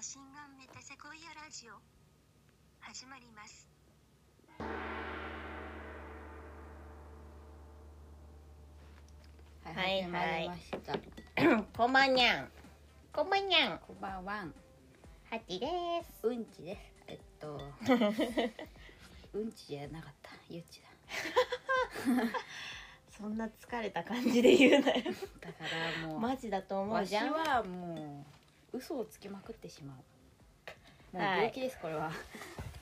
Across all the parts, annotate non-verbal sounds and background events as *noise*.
新顔メタセコイアラジオ始まりますはいはいはい始まりました。こんばんにゃん。こんばんにゃん。こんばんは。ハッチです。うんちです。えっ *laughs* と。うんちじゃなかった。ゆっちだ。そんな疲れた感じで言うな *laughs* よ。だからもう。マジだと思わうしじゃん。はもう。嘘をつきまくってしまう。もうはい病気です、これは。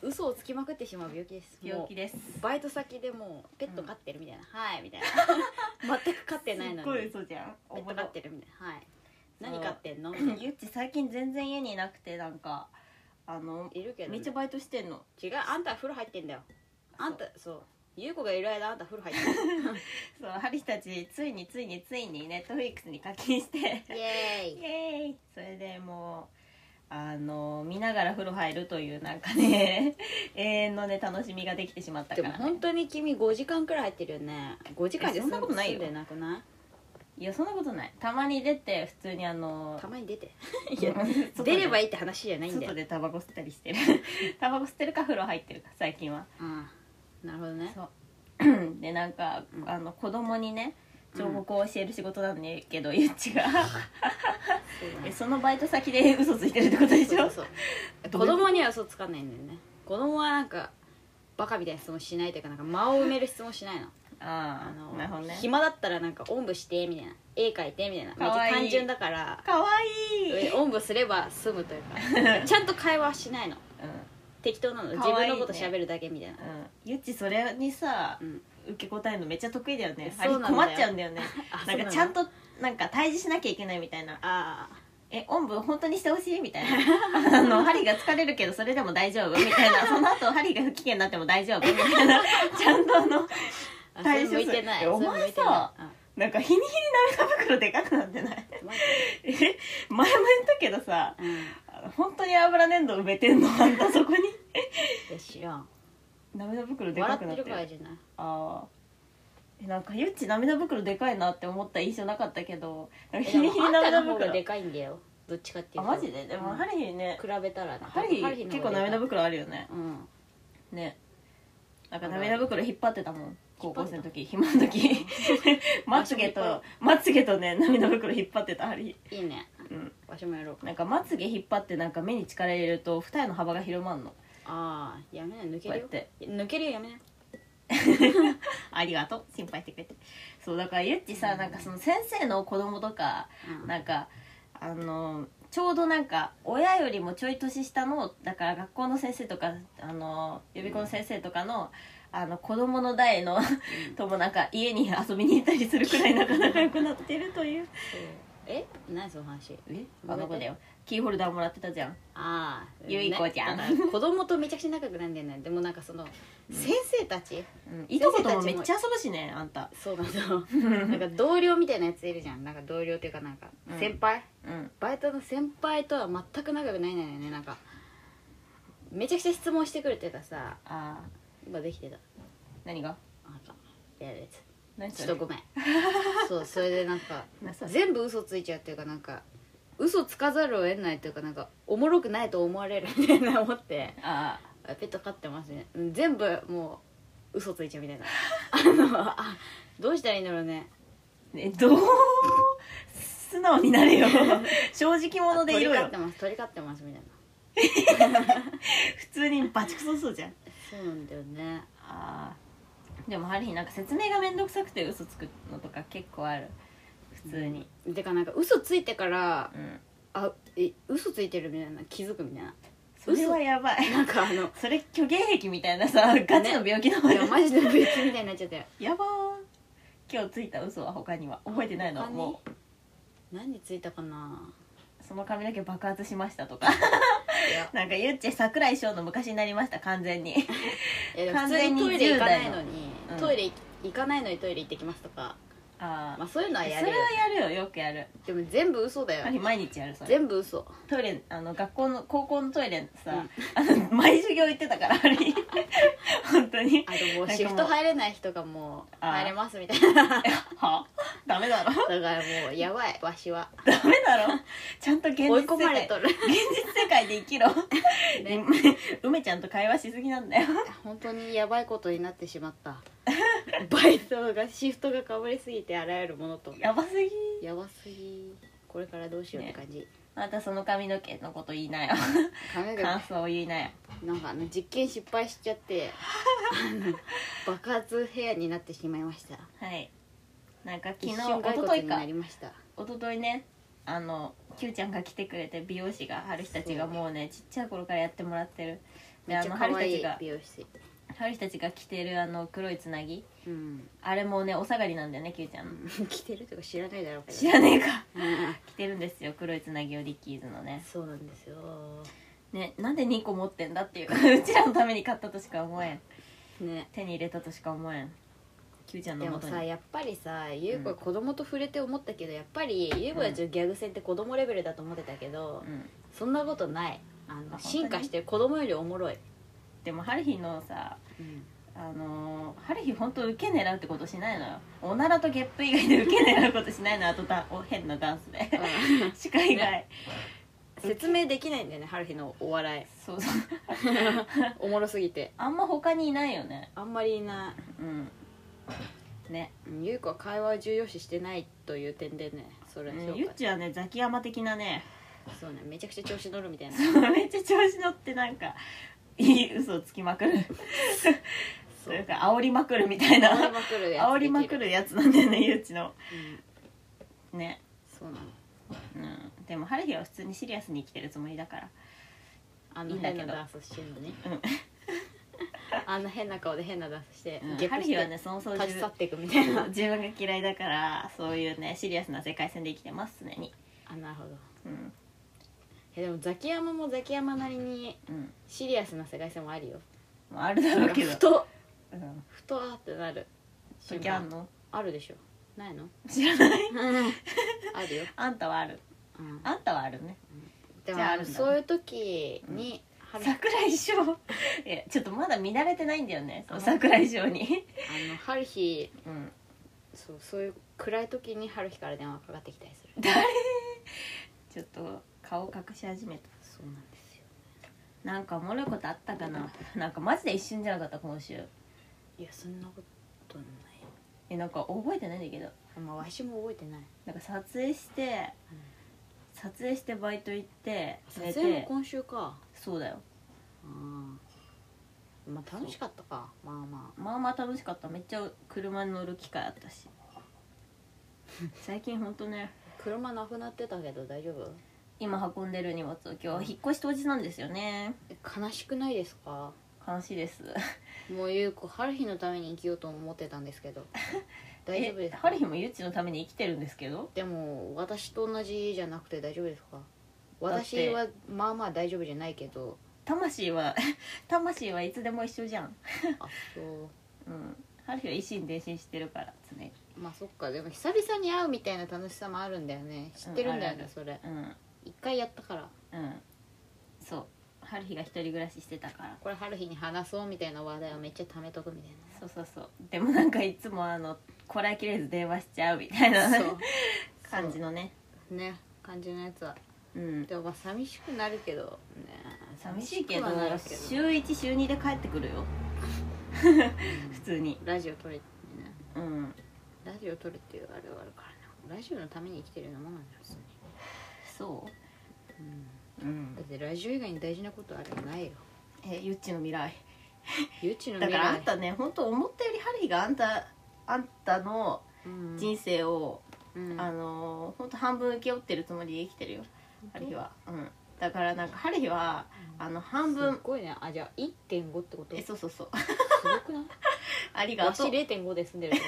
嘘をつきまくってしまう病気です。病気で。です。バイト先でもうペット飼ってるみたいな、はいみたいな全く飼ってないのにペ嘘じゃん。ット飼ってるみたいなはいそう何飼ってんのみたいなゆっち最近全然家にいなくてなんかあのいるけど、めっちゃバイトしてんの。違うあんたは風呂入ってんだよあんたそう優子がいる間あんた風呂入って *laughs* んだよそうハリたちついについについにネットフリックスに課金して。イエーイイエーイ。それでもう。あの見ながら風呂入るというなんかね *laughs* 永遠のね楽しみができてしまったかでら、もね、本当に君5時間くらい入ってるよね5時間でえそんなことないよ済んでなくないいやそんなことないたまに出て普通にあのたまに出て *laughs* いや出出ればいいいって話じゃないんだよ外でタバコ吸ったりしてる *laughs* タバコ吸ってるか風呂入ってるか最近はああなるほどねそう *clears throat* でなんか、あの子供にね彫刻を教える仕事なんだけど、ゆっ *laughs* ちがそうだえねそのバイト先で嘘ついてるってことでしょそうそうそう子供には嘘つかないんだよね子供はなんかバカみたいな質問しないというかなんか間を埋める質問しないのあああなるほどのね暇だったらなんかおんぶしてみたいな絵描いてみたいなめっちかわゃいい単純だからかわいい、 *laughs* えおんぶすれば済む *laughs* というかちゃんと会話はしないの適当なのかわいいね自分のこと喋るだけみたいな、うんうん、ゆっちそれにさ、うん受け答えるのめっちゃ得意だよねそあれうなんだよ困っちゃうんだよねなあんそうなかのちゃんとなんか対峙しなきゃいけないみたいなああえ、おんぶ本当にしてほしいみたい *laughs* な。あの、針が疲れるけどそれでも大丈夫みたいな。その後針が不機嫌になっても大丈夫みたい *laughs* な。ちゃんとあの、あ対それ処する向いてないえお前さなんか日に日に涙袋でかくなってないそれ向いえ、前も言ったけどさ、てないあマジうんあの本当に油粘土埋めてんのあんたそこに。いや知らん涙袋で笑かっくなっててる。るからじゃないああ。え、なんかゆっち涙袋でかいなって思った印象なかったけど、なんか日にでも日にあんた涙の方が袋で。かいんだよどっちかっていあ、うとマジででも、うんハリーね、比べたらねハリハーの結構方がでかい涙袋あるよね。うんねなんかあるある涙袋引っ張ってたもん高校生の時暇のうん時まつげ場所もいっとまつげとね涙袋引っ張ってたありいいねうんわしもやろうかなんかまつげ引っ張ってなんか目に力入れると二重の幅が広まんのこああやめな抜うけやるっよて抜けるよやめなありがとう心配してくれてそうだからゆっちさうんなんかその先生の子供とかうんなんかあのちょうどなんか親よりもちょい年下のだから学校の先生とかあの予備校の先生とかの,、あの子供の代のともなんか家に遊びに行ったりするくらいなかなか良くなってるというそうえ何その話えあの子だよキーホルダーもらってたじゃんああゆいこちゃんねだから子供とめちゃくちゃ仲良くなんだよねでもなんかその先生たちうんいとこともめっちゃ遊ぶしねあんたそうなの *laughs* なんか同僚みたいなやついるじゃんなんか同僚っていうかなんかうん先輩、うんバイトの先輩とは全く仲良くないんだよねなんかめちゃくちゃ質問してくるっていうかさああ今できてた何があなんかやるやつ何ちょそれっと *laughs* ごめんそうそれでなんかなそれ全部嘘ついちゃうっていうかなんか嘘つかざるを得ないというかなんかおもろくないと思われるみたいな思ってああペット飼ってますねうん全部もう嘘ついちゃうみたい *laughs* なあのあどうしたらいいんだろうねあねどう素直になれ *laughs* よ正直者でい鳥ろ飼よってます鳥飼ってますみたいな普通にバチクソそうじゃんそうなんだよねあーでもハリーなんか説明が面倒くさくて嘘つくのとか結構ある普通にてかなんか嘘ついてからうん、あえ嘘ついてるみたいな気づくみたいなそれはやばいなんか *laughs* あのそれ虚言癖みたいなさガチの病気だもんいやマジで別みたいになっちゃってやばー今日ついた嘘は他には覚えてないの他にもう何ついたかなその髪の毛爆発しましたとか *laughs* いやなんかゆっち桜井翔の昔になりました完全にいやでも普完通全ににトイレ行かない10の代にうんトイレ行かないのにトイレ行ってきますとかあまあそういうのはあやそるれよはやるよよくやるでも全部嘘だよあれ毎日やるそれ全部嘘トイレあの学校の高校のトイレさ、あの *laughs* 毎授業行ってたからあれ *laughs* 本当にあともなんうかシフト入れない人がもうあ入れますみたいなだかはダメだろらもうやばいわしはダメだろちゃんと現実追い世込まれ界とる *laughs* 現実世界で生きろ、ね *laughs* 梅ちゃんと会話しすぎなんだよ本当にやばいことになってしまった *laughs* バイトがシフトがかぶりすぎてあらゆるものとやばすぎやばすぎこれからどうしようって感じ、またその髪の毛のこと言いなよ髪が感想を言いなよなんかあの実験失敗しちゃってあの爆発部屋になってしまいましたはいなんか昨日一一瞬骸昨骨日になかりました一昨日ねあの Q ちゃんが来てくれて美容師が春日たちがもうねちっちゃい頃からやってもらってるでめっあちのゃ春可日た愛ちいが美容師春日たちが着てるあの黒いつなぎうん *laughs* あれもねお下がりなんだよね Q ちゃんの着てるとか知らないだろうけど知らねえかうん着てるんですよ黒いつなぎをリッキーズのねそうなんですよねなんで2個持ってんだっていうう *laughs* ちらのために買ったとしか思えんね手に入れたとしか思えん Q ちゃんのでも元さにやっぱりさ優子は子供と触れて思ったけど、やっぱり優子たちのギャグ戦って子供レベルだと思ってたけど、うんそんなことないあ当のに進化してる子供よりおもろい、でも春日のさあのー、春日本当受け狙うってことしないのよおならとゲップ以外で受け狙うことしないのあとだお変なダンスで *laughs* 歯科以外、 *laughs* 説明できないんだよね春日のお笑いそうそうおもろすぎてあんま他にいないよねあんまりいなうんねいうん優子は会話を重要視してないという点でねそれはうん評ゆ価っちはねザキヤマ的なねそうねめちゃくちゃ調子乗るみたいなめっちゃ調子乗ってなんかいい嘘をつきまくるそといううか煽りまくるみたい *laughs* 煽りなまくるやつ煽りまくでるやつなんだよねゆっちのきる、うんねそうなのうんでも春日は普通にシリアスに生きてるつもりだからあいのいんだけ変どなダンスしてるのね、うん *laughs* あんな変な顔で変なダンスして、うんゲッ春プし日て、はねその操縦立ち去っていくみたい *laughs* な *laughs* 自分が嫌いだからそういうねシリアスな世界線で生きてます常にあなるほどうんえでもザキヤマもザキヤマなりにうんシリアスな世界線もあるよまああるだろうけどふとうんふとあってなる時あんのあるでしょないの知らないあるよ、あんたはあるうん、あんたはあるねでじゃああもるんだそういう時に、春あ桜井翔えちょっとまだ見慣れてないんだよねそのあ桜井翔にの春日うんそうそういう暗い時に春日から電話かかってきたりする誰ちょっと顔隠し始めたそうなんですよなんかおもろいことあったかななんかマジで一瞬じゃなかった今週いやそんなことないえなんか覚えてないんだけどまあわしも覚えてないなんか撮影してうん撮影してバイト行って寝撮影もて今週かそうだようんまあ楽しかったかまあままあまあ楽しかっためっちゃ車に乗る機会あったし最近ほんとねあ車なくなってたけど大丈夫今運んでる荷物を今日引っ越し当日なんですよねえ悲しくないですか悲しいですもう優子春日のために生きようと思ってたんですけ *laughs* ど大丈夫ですえか春日もゆっちのために生きてるんですけどでも私と同じじゃなくて大丈夫ですかだっ私てはまあまあ大丈夫じゃないけ *laughs* ど魂は *laughs* 魂はいつでも一緒じゃんあそううん春日は一心伝心してるから常にまあそっかでも久々に会うみたいな楽しさもあるんだよね知ってるんだようんあるあねるそれうん一回やったからうんそう春日が一人暮らししてたからこれ春日に話そうみたいな話題をめっちゃ貯めとくみたいなそうそうそうでもなんかいつもあのこらえきれず電話しちゃうみたいな *laughs* そう *laughs* 感じのねね感じのやつはうんでもまあ寂しくなるけどね寂しいけど寂しくはなるけど週1週2で帰ってくるよ *laughs* 普通にラジオ撮れってねうんラジオ撮るっていうあれはあるからねラジオのために生きてるようなもんなんですね、そうん、ううんだってラジオ以外に大事なことあればないよえゆっちの未来ゆうちのだ未か来らあんたね本当思ったよりハリーがあんたあんたのうん人生を、うんあの本当半分請け負ってるつもりで生きてるよハリーはうんだからなんかハリーはあの半すっ分ごいねあじゃあ1.5ってことえすそうそうそう *laughs* ごくないありがわとしう0.5で住んでるっ *laughs* てこ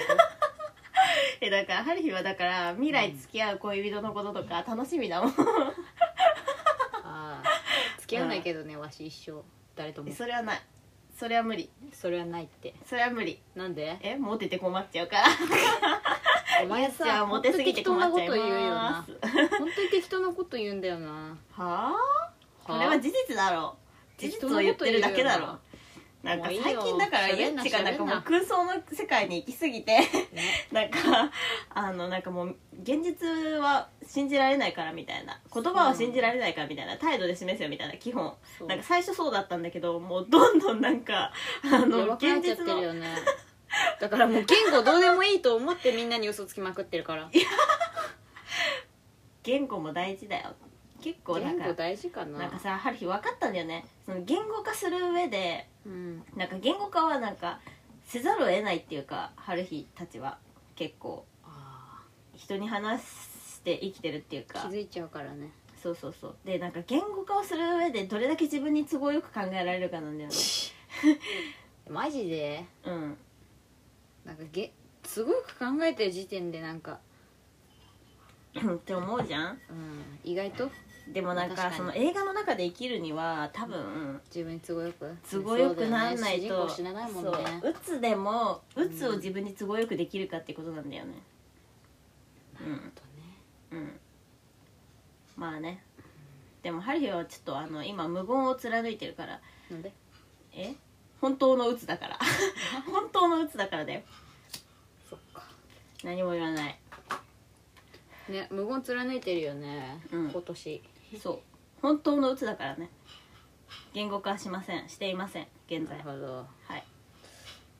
えだからハリーはだから未来付き合う恋人のこととか楽しみだもんとああ付き合わないけどねわし一生誰ともえそれはないそれは無理それはないってそれは無理なんでえモテて困っちゃうからお前いやささモテすぎて困っちゃいます本当に適当なこと言うよな本当に適当なこと言うんだよなはあこれは事実だろう事適実当をな言っことて言うるだよなけだろうなんかもういいよ最近だからゆ喋んっなちがなんかも喋んうな空想の世界に行き過ぎてね *laughs* なんかあのなんかもう現実は信じられないからみたいな言葉は信じられないからみたいな態度で示せよみたいな基本そうなんか最初そうだったんだけどもうどんどんなんかあやのばくなっ現ちゃって実るのよねだからもう言語どうでもいいと思ってみんなに嘘つきまくってるから言語も大事だよ結構な言んか語大事かななんかさある日分かったんだよねその言語化する上でうんなんか言語化はなんかせざるを得ないっていうか春日たちは結構あ人に話して生きてるっていうー気かづいちゃうからねそうそうそうでなんか言語化をする上でどれだけ自分に都合よく考えられるかなんだよねマジでうん *coughs* なんかげすごく考えてる時点でなんか、うんって思うじゃんうん、意外とでもなん確かかにその映画の中で生きるには多分自分に都合よく都合よくならないそうだよね主人公と死なないもんねそううつでもうつを自分に都合よくできるかってことなんだよねうんとねうんまあねでもハリーはちょっとあの今無言を貫いてるからなんでえ本当のうつだから *laughs* 本当のうつだからだよそっか何も言わないね無言貫いてるよね、うん今年そう本当のうつだからね言語化しませんしていません現な在るほどはい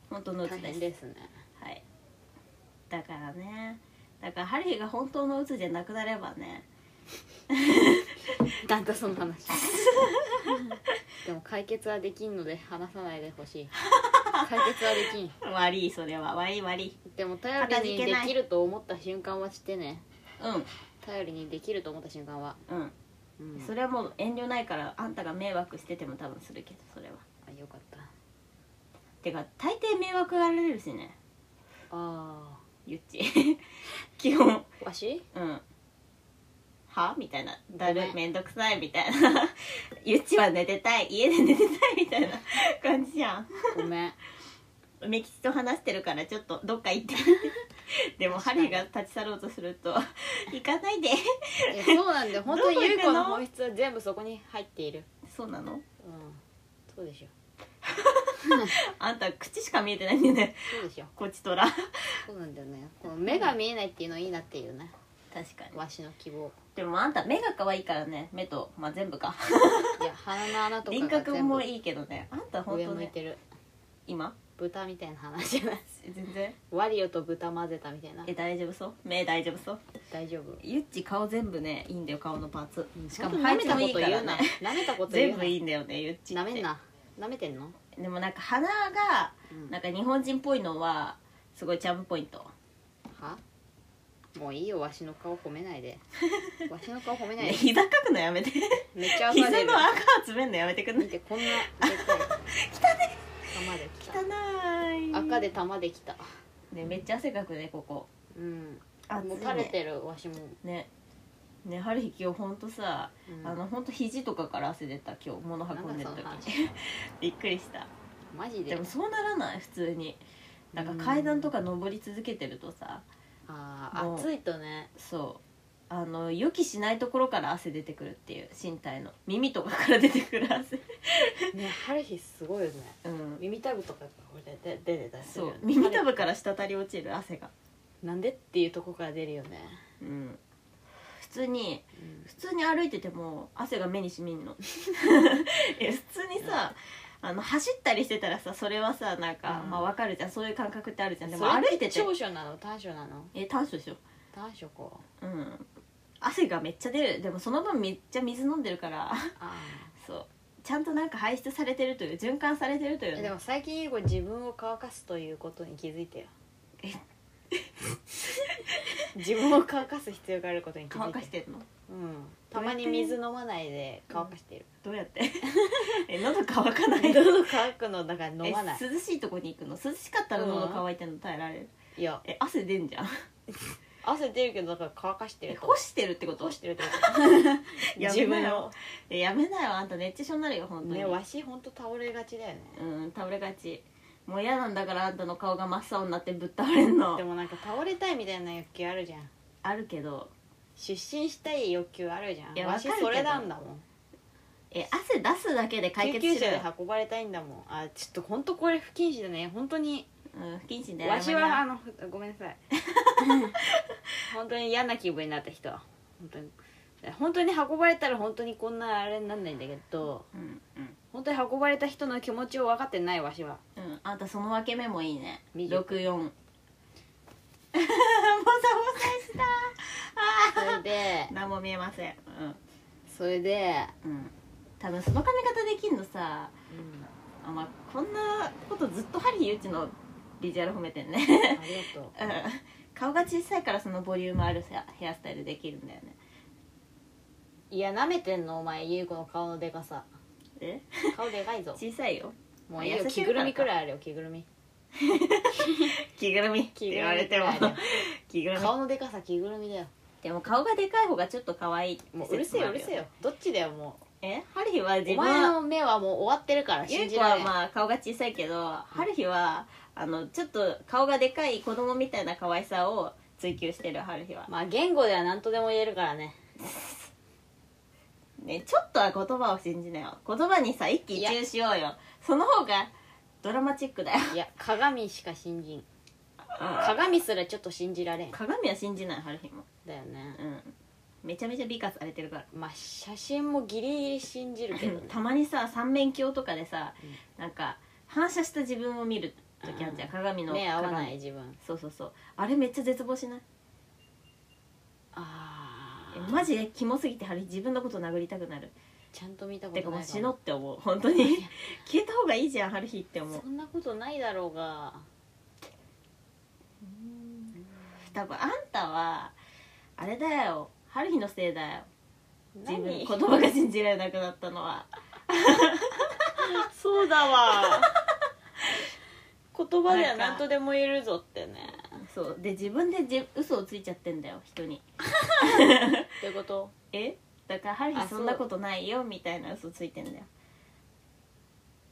本当のうつ大です変ですねはいだからねだからハリーが本当のうつじゃなくなればね *laughs* だんだんその話でも解決はできんので話さないでほしい解決はできん悪いそれは悪い悪いでも頼りに片付けでないきると思った瞬間はしてねう頼りにできると思った瞬間は、んうんうん、それはもう遠慮ないからあんたが迷惑してても多分するけどそれはあよかったてか大抵迷惑がられるしねあゆっち *laughs* 基本あわしうんはみたいなだごめるんめんどくさいみたいな *laughs* ゆっちは寝てたい家で寝てたいみたい *laughs* な感じじゃんごめんメキシと話してるからちょっとどっか行って *laughs* でもハリーが立ち去ろうとすると「行かないでいやそうなんだ *laughs* よ本当にどこ行優く子のの本質は全部そこに入っている」そうなのうんそうでしょあんた口しか見えてないんだよねそうでしょこっちとらそうなんだよねこの目が見えないっていうのいいなっていうね確かにわしの希望でもあんた目が可愛いからね目と、まあ、全部かいや鼻の穴とか輪が全部郭もいいけどねあんた本上当向いねてる今豚みたいな話じゃない全然ワリオと豚混ぜたみたいなえ大丈夫そう目大丈夫そう大丈夫ゆっち顔全部ねいいんだよ顔のパーツしかも舐生えめてたもこいいとから言うなね舐めたこと言う全な部いいんだよねゆっち舐っめんてな舐めてんのでもなんか鼻がうんなんか日本人っぽいのはすごいチャームポイントはもういいよわしの顔褒めな *laughs* いでわしの顔褒めないねで膝かくのやめてめっちゃ膝暴れるの赤集めんのやめてくんな見いてこんなで *laughs* っかい玉で来汚たい赤で玉できたねめっちゃ汗かくねここうんあもう垂れてるわしも、ねね春日今日ほんとさ、うんあのほんと肘とかから汗出た今日物運んでるなんだその時話 *laughs* びっくりしたマジででもそうならない普通になんか階段とか登り続けてるとさあもあう暑いとねそうあの予期しないところから汗出てくるっていう身体の耳とかから出てくる汗ね春日すごいよねうん耳たぶとかこれで出てたりするそうよね耳たぶから滴り落ちる汗がなんでっていうとこから出るよね、うん普通に普通に歩いてても汗が目にしみ *laughs* んのいや普通にさあの走ったりしてたらさそれはさなんか、うんまあわかるじゃんそういう感覚ってあるじゃんでそもれっ歩いてて長所なの短所なのえ短所でしょ短所こううん汗がめっちゃ出るでもその分めっちゃ水飲んでるから *laughs* あそうちゃんとなんか排出されてるという循環されてるといーうえでねも最近ゆう子自分を乾かすということに気づいたよえ *laughs* 自分を乾かす必要があることに気づいた乾かしてるのうんたまに水飲まないで乾かしてる、どうやって *laughs* え喉乾かない *laughs* どうぞ乾くのだから飲まないえ涼しいとこに行くの涼しかったら喉乾いてるの耐えられる、いやえ汗出んじゃん汗出るけどだから乾かしてえると *laughs* 干してるってこと干してるってこや自めな分よをえやめなよあんた熱中症になるよ本と当に、ねわしほんと倒れがちだよねうん倒れがちもう嫌なんだからあんたの顔が真っ青になってぶっ倒れんのでもなんか倒れたいみたいな欲求あるじゃんあるけど出身したい欲求あるじゃんいやわしわかるけどそれなんだもんえ汗出すだけで解救決急しろ車よで、運ばれたいんだもんあちょっと本当これ不謹慎だね本当にうん、不謹慎だよわし謝りはなあのふごめんなさい *laughs* 本当に嫌な気分になった人は本当に本当に運ばれたら本当にこんなあれになんないんだけどうんう本当に運ばれた人の気持ちを分かってないわしはんうんあんたその分け目もいいね見64るもさ *laughs* もさしたそれ *laughs* で何も見えませんそれで、うんうん多分その髪型できんのさうあん、まあこんなことずっとハリーうちのビジュアル褒めてんねありがとううん顔が小さいからそのボリュームあるさヘアスタイルできるんだよねいやなめてんのお前優子の顔のでかさえ顔でかいぞ小さいよもういいよ痩せてる着ぐからかるみくらいあるよ着ぐるみ着ぐるみって着ぐ言るわれみくてもらいあるよ *laughs* 着ぐるみ顔のでかさ着ぐるみだよでも顔がでかい方がちょっと可愛いもううるせえようるせえよどっちだよもえハリーはう自お前分の目はもう終わってるからゆ信うじ子らはれないまあ顔が小さいけど、ハルヒはあのちょっと顔がでかい子供みたいな可愛さを追求してるハルヒは、まあ言語では何とでも言えるからねねちょっとは言葉を信じなよ言葉にさ一喜一憂しようよその方がドラマチックだよいや鏡しか信じん鏡すらちょっと信じられん鏡は信じないハルヒもだよねうんめちゃめちゃ美化されてるからまあ写真もギリギリ信じるけどねたまにさ三面鏡とかでさ、うんなんか反射した自分を見る時あるじゃん鏡の目合わな鏡い自分そうそうそうあれめっちゃ絶望しないあえあマジでキモすぎてハルヒ自分のこと殴りたくなるちゃんと見たこてとかもなうい死かのもって思う本当に消えた方がいいじゃんハルヒって思うそんなことないだろうが多分あんたはあれだよハルヒのせいだよ自分何言葉が信じられなくなったのはそうだわ *laughs* 言葉ではなんか何とでも言えるぞってねそうで自分でじ嘘をついちゃってんだよ人にってことえだからハルあヒそうそんなことないよみたいな嘘ついてんだよ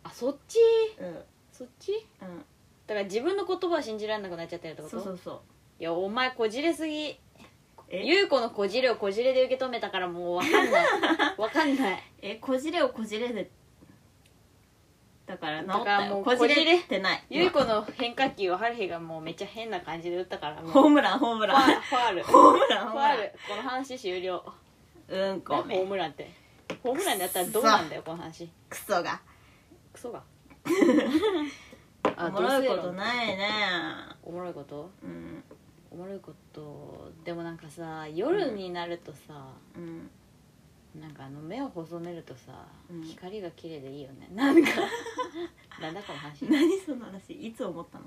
あそっちうんそっちうんだから自分の言葉は信じられなくなっちゃってるってことそうそうそういやお前こじれすぎえ優子のこじれをこじれで受け止めたからもう分か *laughs* んない分かんないえこじれをこじれでだから治っだかたらもようこじこじれれてない優子の変化球をハルヒがもうめっちゃ変な感じで打ったからもうホーフムランホームランァファールフホームランホームァラールこの話終了ンうんホこームランってホームランだったらどうなんだよこの話クソがク *laughs* ソがおあもろいこといないねおもろいことうんおもろいことでもなんかさ夜になるとさ、うんなんかあの目を細めるとさ、うん光が綺麗でいいよね *laughs* なんかなんだかの話何その話いつ思ったの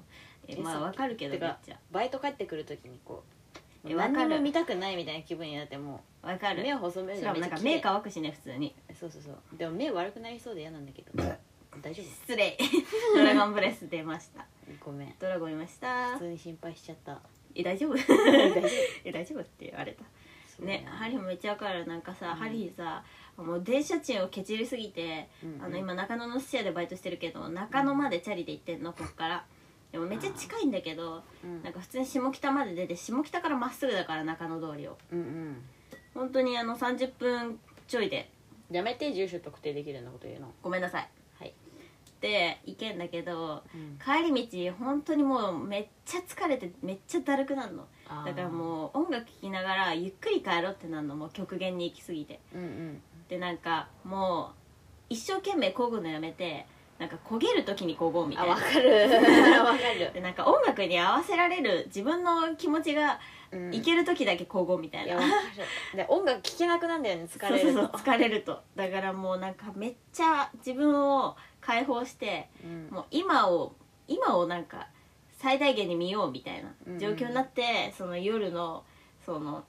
ええまあさっきわかるけどめてっちかゃバイト帰ってくる時にこうえわか何るにも見たくないみたいな気分になってもわかうる目を細めるしのかめもっなんちゃか綺目麗乾くしね普通にそうそうそうでも目悪くなりそうで嫌なんだけど大丈失礼 *laughs* ドラゴンブレス出ました夫ごめんドラゴンいました普通に心配しちゃった *laughs* え大丈夫大丈夫え大丈夫って言われたそうねハリーもめっちゃわかるなんかさ、うんハリーさもう電車賃をケチりすぎて、うんあの今中野の寿司屋でバイトしてるけど中野までチャリで行ってんのこっからでもめっちゃ近いんだけどうんなんか普通に下北まで出て下北からまっすぐだから中野通りをうんうん本当にあの30分ちょいでやめて住所特定できるようなこと言うのごめんなさいはい、で行けんだけどうん帰り道本当にもうめっちゃ疲れてめっちゃだるくなるのだからもう音楽聴きながらゆっくり帰ろうってなるのもう極限に行き過ぎてううんうんでなんかもう一生懸命こぐのやめてなんか焦げる時にこごうみたあいな *laughs* わかる *laughs* わかるでなんか音楽に合わせられる自分の気持ちがうんいける時だけこごうみたいいな、やわかるで音楽聴けなくなんだよね疲れそうるそうとそう疲れるとだからもうなんかめっちゃ自分を解放してうんもう今を今をなんか最大限に見ようみたいなうん状況になって、その夜のその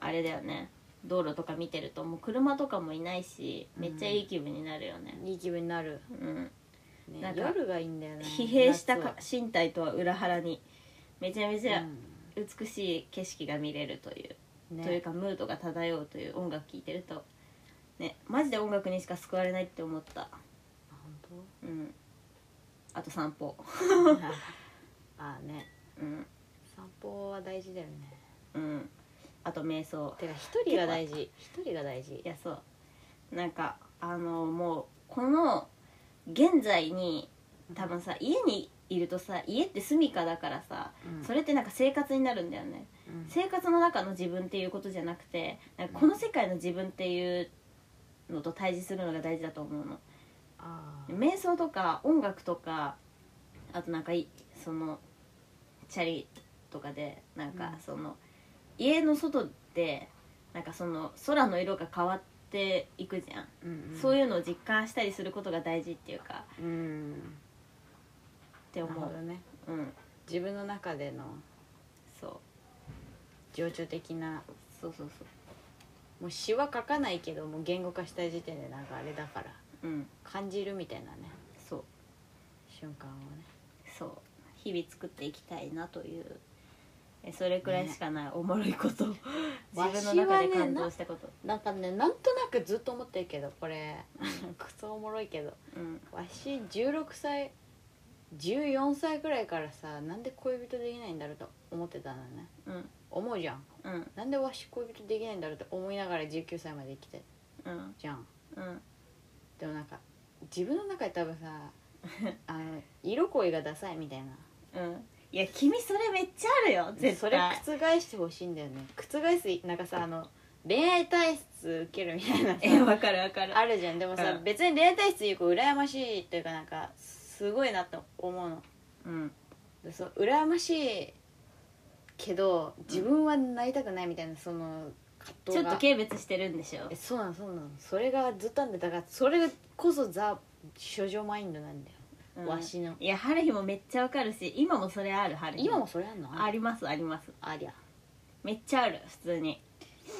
あれだよね道路とか見てるともう車とかもいないしめっちゃいい気分になるよね、いい気分になる、うん、ねなんか夜がいいんだよね疲弊したか夏は身体とは裏腹にめちゃめちゃう美しい景色が見れるという、んねというかムードが漂うという音楽聴いてるとねマジで音楽にしか救われないって思ったあ本うんあと散歩 *laughs* ああねうん散歩は大事だよねうんあと瞑想てか一人が大事一人が大事いやそうなんかあのもうこの現在に多分さ家にいるとさ家って住みかだからさ、うんそれってなんか生活になるんだよねうん生活の中の自分っていうことじゃなくてなんかこの世界の自分っていうのと対峙するのが大事だと思うのあー瞑想とか音楽とかあとなんかいそのチャリとかでなんかうんその、家の外でなんかその空の色が変わっていくじゃん、うんうんそういうのを実感したりすることが大事っていうかうんってなる思ほうどねうん自分の中でのそう情緒的なそうそうそもう詩は書かないけどもう言語化した時点でなんかあれだからううん感じるみたいなねそう瞬間をねそう日々作っていきたいなというえそれくらいしかないおもろいこと、 *laughs* 自分の中で感動したこと、なんかねなんとなくずっと思ってるけど *laughs* これクソおもろいけどうんわし16歳14歳くらいからさなんで恋人できないんだろうと思ってたのねうん思うじゃんうんなんでわし恋人できないんだろうと思いながら19歳まで生きてるうんじゃんうんでもなんか自分の中で多 *laughs* 分さあの色恋がダサいみたいなうんいや君それめっちゃあるよ絶対それ覆してほしいんだよね覆すなんかさあの恋愛体質受けるみたいなさ *laughs* えわかるわかる *laughs* あるじゃんでもさ、うん別に恋愛体質いう子羨ましいっていうかなんかすごいなと思うのうんでそう羨ましいけど自分はなりたくないみたいなその葛ちょ藤っがと軽蔑してるんでしょえそうなのそうなのそれがずっとあんでだからそれこそザ少女マインドなんだよ、うんわしのいや春日もめっちゃわかるし今もそれある春日今もそれあんのありますありますありゃめっちゃある普通に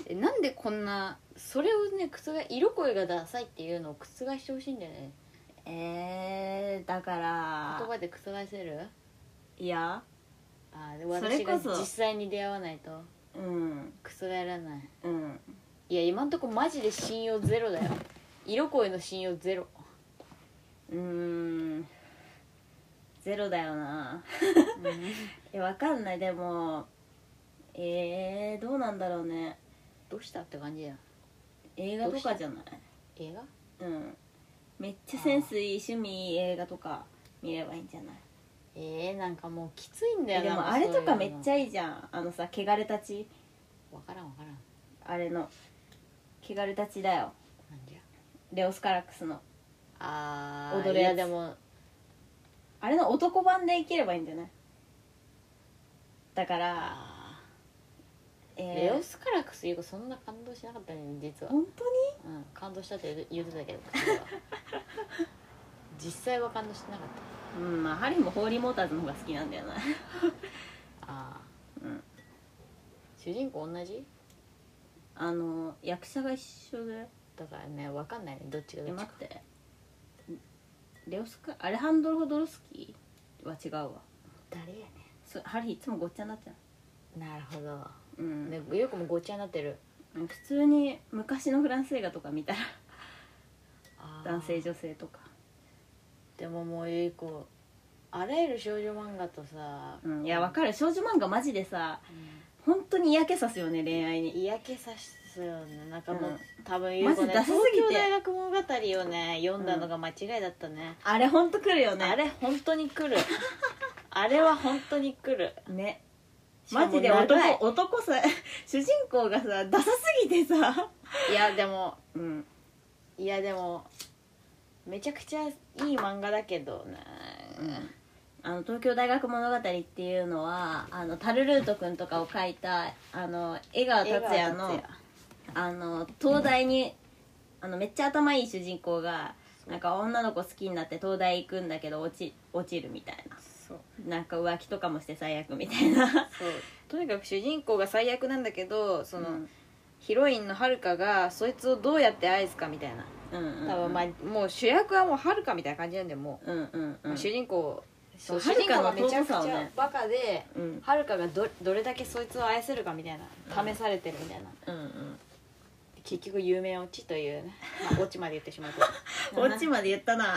えなんでこんなそれをね覆色恋がダサいっていうのを覆してほしいんだよねえー、だか言ら葉で覆せるいやあーでそれ私こがそ実際に出会わないとうん覆らないうんいや今んとこマジで信用ゼロだよ色恋の信用ゼロうーんゼロだよな *laughs* えわかんないでもえー、どうなんだろうねどうしたって感じだよ映画とかじゃない映画うんめっちゃセンスいい趣味いい映画とか見ればいいんじゃないえー、なんかもうきついんだえよでもあれとかめっちゃゃいいじゃんあのさ汚れたち分からん分からんあれの汚れたちだよなんじゃレオスカラックスのあー踊るやついやでもあれの男版でいければいいんじゃないだからあーえレーオスカラクスいうかそんな感動しなかったね実は本当にうん感動したって言うてたけど口では実際は感動してなかっうんまあハリーもホーリーモーターズの方が好きなんだよなたああうん主人公同じあの役者が一緒でだからね分かんないねどっちがえどっち待かってレオスカアレハンドロ・ホドロスキーは違うわ誰やねそハリーいつもごっちゃになっちゃなるほど、ううんね、よくもごっちゃになってる普通に昔のフランス映画とか見たらあー男性女性とか、でももうゆい子あらゆる少女漫画とさ、うん、いやわかる少女漫画マジでさうん本当に嫌気さすよね恋愛に嫌気さすよねなんかもう、うん多分ゆい子マねジダサ東すぎて京大学物語をね読んだのが間違いだったね、あれ本当来るよねあれ本当 *laughs* に来るあれは本当に来るねしかマもジで長い男男さ *laughs* 主人公がさダサすぎてさいやでもうんいやでもめちゃくちゃいい漫画だけどね、あの東京大学物語っていうのはあのタルルートくんとかを描いたあの江川達也江川の達あの東大に、あのめっちゃ頭いい主人公がなんか女の子好きになって東大行くんだけど落ち落ちるみたいなそうなんか浮気とかもして最悪みたいなそうとにかく主人公が最悪なんだけどその、うんヒロインのはるかがそいつをどうやって愛すかみたいなうんうんうん多分まあもう主役はもうはるかみたいな感じなんでもう、うんうんうまあん主人公そう主はる人か公がのめちゃく尊ちさをゃねバカで、うんはるかがどどれだけそいつを愛せるかみたいな試されてるみたいな、うんうん結局有名落ちというね、まあ、落ちまで言ってしまうけどこっちまで言ったな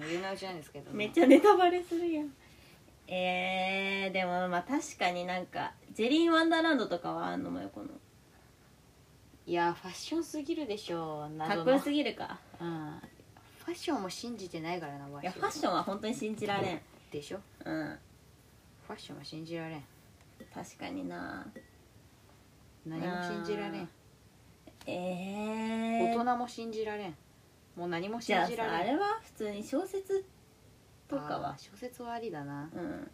うん有名落ちなんですけど、めっちゃネタバレするやんえー、でもまあ確かになんか「ジェリー・ワンダーランド」とかはあんのもよこのいやファッションすぎるでしょうかっこよすぎるかうん、ファッションも信じてないからなファいやファッションは本当に信じられんでしょうんファッションは信じられん確かにな何も信じられんえ大えー、人も信じられんもう何もじ信ゃあじられんさあれは普通に小説とかあはー小説はありだなうん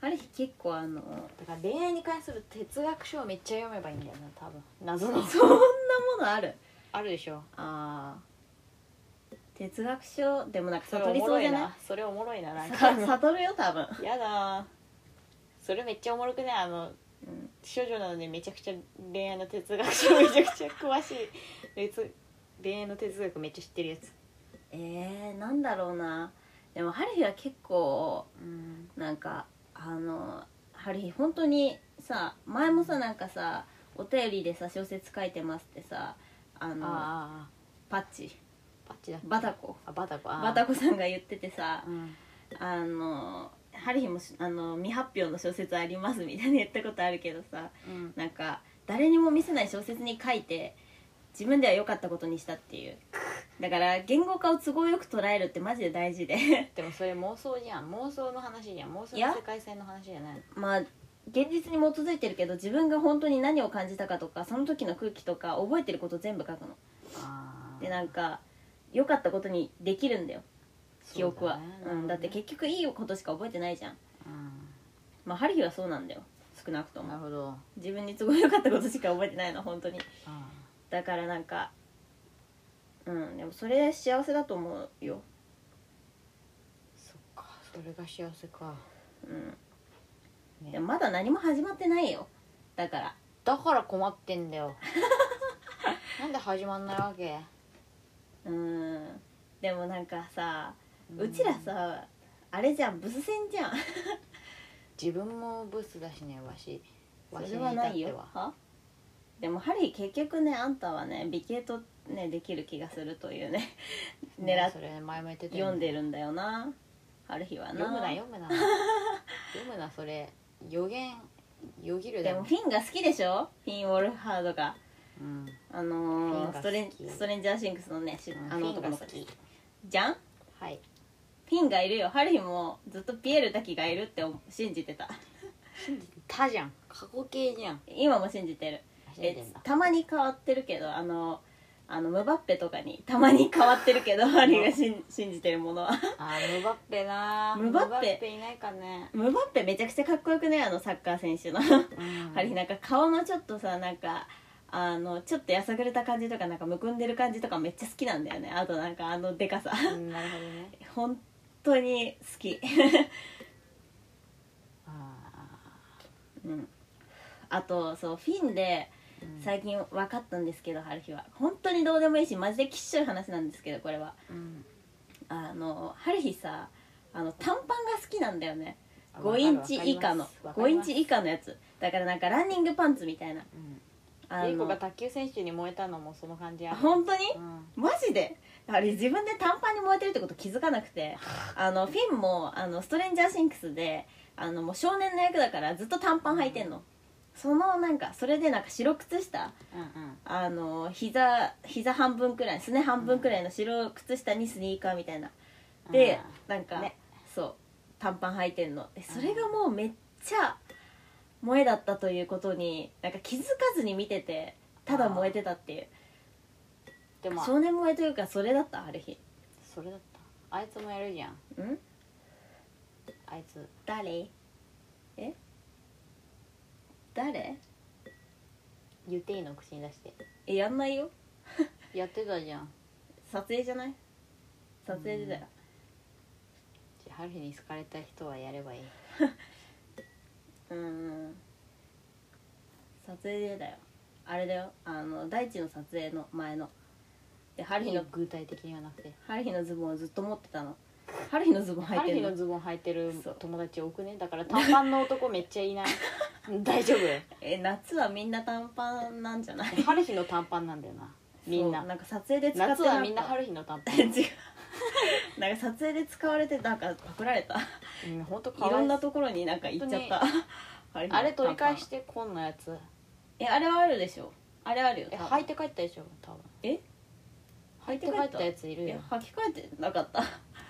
ある日結構あ *laughs* のだから恋愛に関する哲学書をめっちゃ読めばいいんだよな多分謎のそんなもの *laughs* あるあるでしょあー哲学書でもなんかそれ悟おりもそうろじいゃないなそれおもろいななんか悟悟るよ多分やだーそれめっちゃおもろくねあの、うん少女なのにめちゃくちゃ恋愛の哲学書めちゃくちゃ詳しい別恋愛の哲学めっちゃ知ってるやつえー、なんだろうなでも春日は結構うんなんかあの春日本当にさ前もさなんかさお便りでさ小説書いてますってさあのあパッチあバッチだバタコあバタコあーバタコさんが言っててさうんあの春日もしあの未発表の小説ありますみたいな言ったことあるけどさうんなんか誰にも見せない小説に書いて自分では良かったことにしたっていうだから言語化を都合よく捉えるってマジで大事で *laughs* でもそれ妄想じゃん妄想の話じゃん妄想いやの世界線の話じゃないまあ現実に基づいてるけど自分が本当に何を感じたかとかその時の空気とか覚えてること全部書くのあーでなんか良かったことにできるんだよ記憶はそううだねん、だって結局いいことしか覚えてないじゃんうんまあ春日はそうなんだよ少なくとなるもほど自分に都合良かったことしか覚えてないの本当にあだからなんかうんでもそれ幸せだと思うよーそっかそれが幸せかうんねでもまだ何も始まってないよだからだから困ってんだよ *laughs* なんで始まんないわけうんでもなんかさんうちらさあれじゃんブス戦じゃん自分もブスだしねわしわしそにれは至ってなはいよはでもハリー結局ねあんたはね美形とねできる気がするというねね狙っそれ前も言ってたよ読んでるるんだよな春日はな読むな読むな *laughs* 読むなそれ予言よぎるでだもろフィンが好きでしょフィン・ウォルハードがうんあのーフィンが好きストレンストレンジャーシングスのねしうんあのフィン男がの好子きじゃんはいフィンがいるよハリーもずっとピエール滝がいるって思信じてた他じゃん過去形じゃん今も信じてる信じてえんだたまに変わってるけどあのあのムバッペとかにたまに変わってるけどハリーがしん *laughs* 信じてるも *laughs* のはあームバッペなームバッペいないかね、ムバッペめちゃくちゃかっこよくねあのサッカー選手のうんハリーなんか顔のちょっとさなんかあのちょっとやさぐれた感じとかなんかむくんでる感じとかめっちゃ好きなんだよねあとなんかあのでかさ *laughs* うんなるほどね本当に好き *laughs* あうんあとそうフィンでーうん最近分かったんですけど春日は本当にどうでもいいしマジできっしょい話なんですけどこれはうんあの春日さあの短パンが好きなんだよねあ5インチ以下のわか5りイまンすチ以下のやつだからなんかランニングパンツみたいなうんあリコがの卓球選手に燃えたのもその感じあある本当にうんマジであれ自分で短パンに燃えてるってこと気づかなくてあのフィンもあのストレンジャーシンクスであのもう少年の役だからずっと短パン履いてんのそのなんかそれでなんか白靴下うんうんあの膝膝半分くらいすね半分くらいの白靴下にスニーカーみたいなでなんか、ねそう短パン履いてんのでそれがもうめっちゃ萌えだったということになんか気づかずに見ててただ燃えてたっていうでも少年萌えというかそれだったある日それだったあいつもやるじゃんんあいつ誰え誰言っていいの口に出してえやんないよやってたじゃん撮影じゃない撮影でだよじゃあ春日に好かれた人はやればいいうんん撮影でだよあれだよあの大地の撮影の前ので春日の具体的にはなくて春日のズボンをずっと持ってたの春日のズボン履い春て日るののズボン履いてるそう *laughs* 友達多くねだから短パンの男めっちゃいない大丈夫え夏はみんな短パンなんじゃない春日の短パンなんだよな *laughs* みんなそうなんか撮影で使って夏はみんなか春日の短パン *laughs* 違うなんか撮影で使われてなんかパクられたうん本当かいわろいんそなうところになんか行っちゃった *laughs* あれ取り返しててこんなやつえあれはあるでしょあれあるよえ多分履いて帰ったでしょ多分え履いて帰ったやついるいよや履き替えてなかった *laughs* い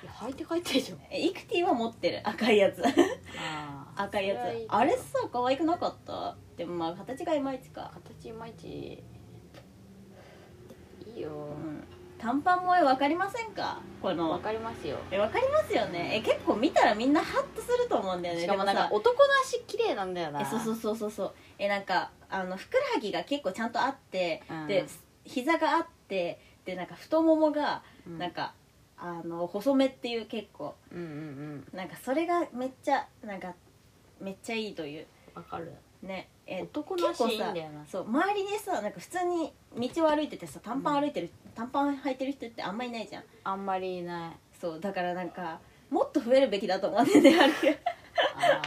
や履いて帰ったでしょえイクティは持ってる赤いや *laughs* つあー赤いやそはいついけどあれさ可愛くなかったでもまあ形がいまいちか形いまいちいいようん短パン萌え分かりませんかこわのかりますよえ分かりますよねえ結構見たらみんなハッとすると思うんだよねしかもなでんさか男の足綺麗なんだよなえそうそうそうそうそうえなんかあのふくらはぎが結構ちゃんとあって、うんで膝があってでなんか太ももがうんなんか、あの細めっていう結構うんうんうんなんかそれがめっちゃなんかめっちゃいいというわかるねえ男の足いいんだよなそう周りでさなんか普通に道を歩いててさ短パン歩いてる、短パン履いてる人ってあんまいないじゃんあんまりいないそうだからなんかもっと増えるべきだと思ってね歩きあ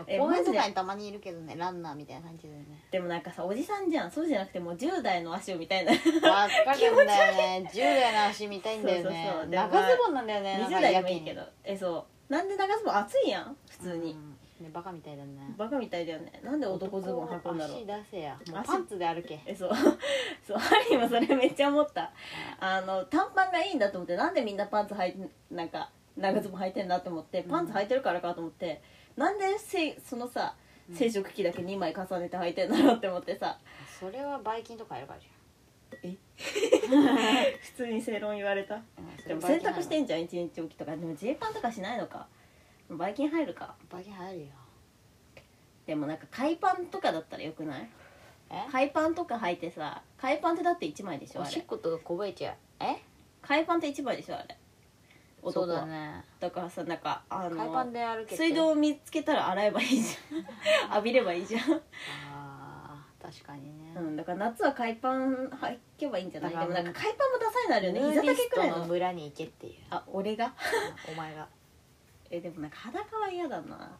ーえ公園マとジかでにたまにいるけどねランナーみたいな感じでね *laughs* でもなんかさおじさんじゃんそうじゃなくてもう10代の足をみたい *laughs* な20わかるんだよね10代の足見たいんだよねそうそうそうでも長ズボンなんだよねなんか代でやもけいいにけどえそうなんで長ズボン暑いやん普通にう、んねバカみたいだねバカみたいだよねなんで男ズボン履くんだろう足出せやもう足パンツで歩けえそう *laughs* そうハリーもそれめっちゃ思ったあの短パンがいいんだと思ってなんでみんなパンツ履いてなんか長ズボン履いてんだと思ってパンツ履いてるからかと思って、なんでせそのさうん生殖器だけ2枚重ねて履いてんだろうって思ってさそれはバイキンとかやるからじ普通に正論言われたゃんうんそでれもバイ洗キン入る濯してんじゃん1日おきとかでもジーパンとかしないのかばい菌入るかバイキン入るよでもなんか海パンとかだったらよくないえ海パンとか履いてさ海パンってだって1枚でしょおあしれっことかこぼれちゃうえ海パンって1枚でしょあれそ男うはだねだからさなんかあの海パンで歩けて水道を見つけたら洗えばいいじゃん浴びればいいじゃん、あー確かにね、うん、だから夏は海パン履けばいいんじゃないでだかもらなんか海パンもダサいなるよね膝ヌーディ丈スくらいトのの村に行けっていうあ俺が *laughs* お前がえでもなんか裸は嫌だな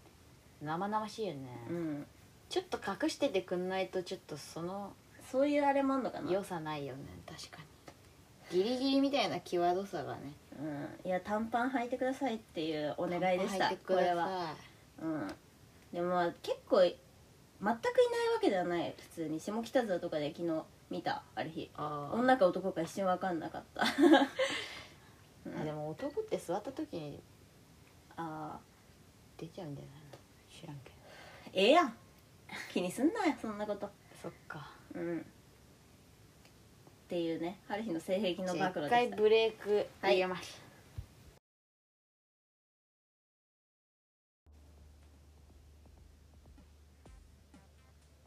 生々しいよね、うんちょっと隠しててくんないとちょっとそのそういうあれもあんのかな良さないよね確かにギリギリみたいな際どさがねうん、いや短パン履いてくださいっていうお願いでした入ってこくだされいは、うん、でもまあ結構全くいないわけではない普通に下北沢とかで昨日見たある日あー女か男か一瞬分かんなかった *laughs* *laughs* あでも男って座った時にああ出ちゃうんじゃないの知らんけどええやん気にすんなよそんなことそっかうんっていうね春日の性癖のじゃあ暴露一で回したブレイクはい入れます、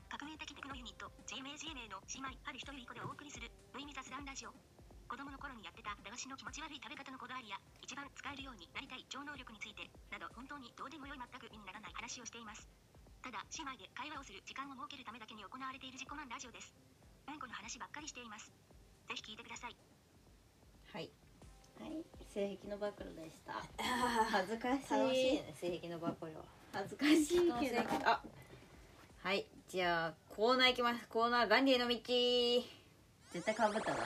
革命的テクノユニット JMAGMA の姉妹ある日という子でお送りする無意味雑談ラジオ子供の頃にやってた駄菓子の気持ち悪い食べ方のこだわりや一番使えるようになりたい超能力についてなど本当にどうでもよい全く意味にならない話をしていますただ姉妹で会話をする時間を設けるためだけに行われている自己満ラジオですうんこの話ばっかりしていますぜひ聞いてくださいはいはい性癖の暴露でした *laughs* 恥ずかし楽いしいね性癖の暴露は恥ずかしいけど人の性癖あはいじゃあコーナーいきますコーナー「元流の道」絶対かぶ *laughs* ったな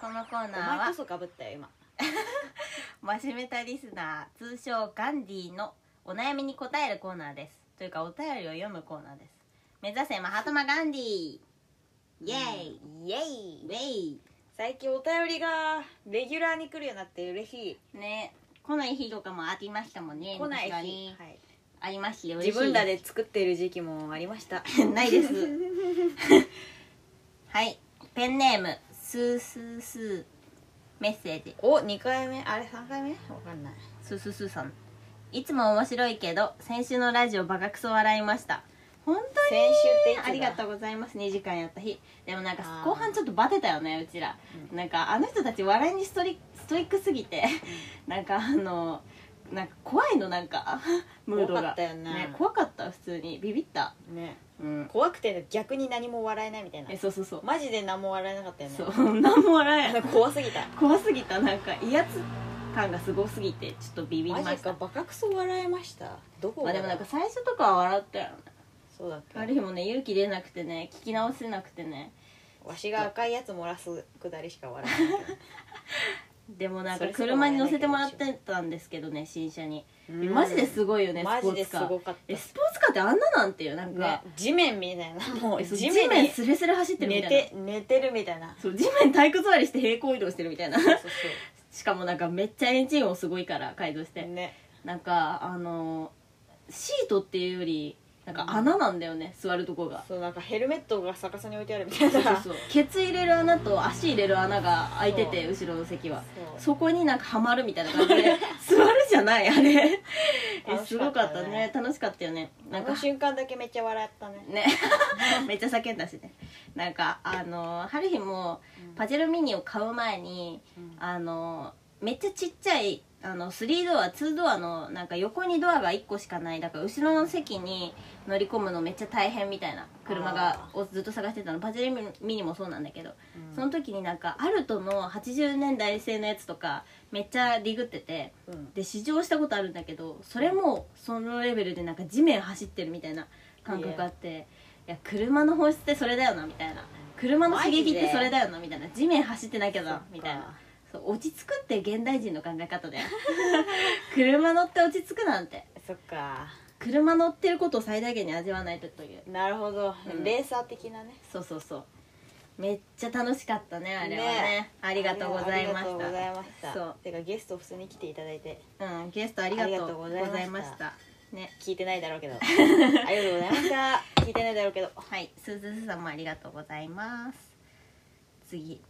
このコーおナーは前こそかぶったよ今マシュメタリスナー通称ガンディのお悩みに答えるコーナーですというかお便りを読むコーナーです目指せマハトマガンディイエーイイエイイェイ最近お便りがレギュラーに来るようになって嬉しね来ない日とかもありましたもんねい来ない確か日に、はい、ありまして嬉しい自分らで作っている時期もありました *laughs* ないですはいペンネームスースースーメッセージ *laughs* お二2回目あれ3回目わかんないスースースーさんいつも面白いけど先週のラジオバカクソ笑いました本当に先週っていつだありがとうございます2時間やった日でもなんかあー後半ちょっとバテたよねうちら、なんかあの人たち笑いにストリストイックすぎて、なんかあのなんか怖いのなんかムードが怖かったよね怖かった普通にビビったねうん怖くて逆に何も笑えないみたいなえそうそうそう、マジで何も笑えなかったよねそう何も笑えなあいの怖すぎた怖すぎたなんか威圧感がすごすぎてちょっとビビりまマジしかたバカクソ笑えましたどこまがあでもなんか最初とかは笑ったよねそうだっあける日もね勇気出なくてね聞き直せなくてねわしが赤いやつ漏らすくだりしか笑わないけでもなんそかれそこ車に乗せてもらってたんですけどね新車に、どマジですごいよねマスポージでツすカーごかっえスポーツカーってあんななんていうなんた、か、ね、地面みたいなもうそう地地面面にスレスレ走ってるみ寝たいなて寝てるみたいなそう地面体育座りして平行移動してるみたいな *laughs* そうそうしかもなんかめっちゃエンジン音すごいから改造しそうてねなんかあのシートっていうよりなんか穴なんだよね、座ると *laughs* こがそうなんかヘルメットが逆さに置いてあるみたいなそうそうそうケツ入れる穴と足入れる穴が開いてて後ろの席はそうそこになんかはまるみたいな感 *laughs* じで座るじゃないあれえ楽すしかごっかたねったね楽しかったよねなんあかの瞬間だけめっちゃ笑ったね *laughs* ねめっちゃ叫んだしねなんかあの春日もパジェロミニを買う前にうんあのめっちゃちっちゃいあの3ドア2ドアのなんか横にドアが1個しかないだから後ろの席に乗り込むのめっちゃ大変みたいな車がをずっと探してたのパジェロミニもそうなんだけどうんその時になんかアルトの80年代製のやつとかめっちゃディグっててうんで試乗したことあるんだけどそれもそのレベルでなんか地面走ってるみたいな感覚あっていや車の本質ってそれだよなみたいな車の刺激ってそれだよなみたいな地面走ってなきゃそっなかみたいなそう落ち着くって現代人の考え方だよ *laughs* 車乗って落ち着くなんてそっか車乗ってることを最大限に味わわないとというなるほど、うんレーサー的なねそうそうそうめっちゃ楽しかったねあれはねねありがとうございまありがとうございまししたたそてかゲスト普通に来ていただいてう、うん、ゲストありがとうございましたありがとうございましたね聞いてないだ *laughs* ろうけどありがとうございました聞いてないだろうけどはい、すずすさんもありがとうございます。次。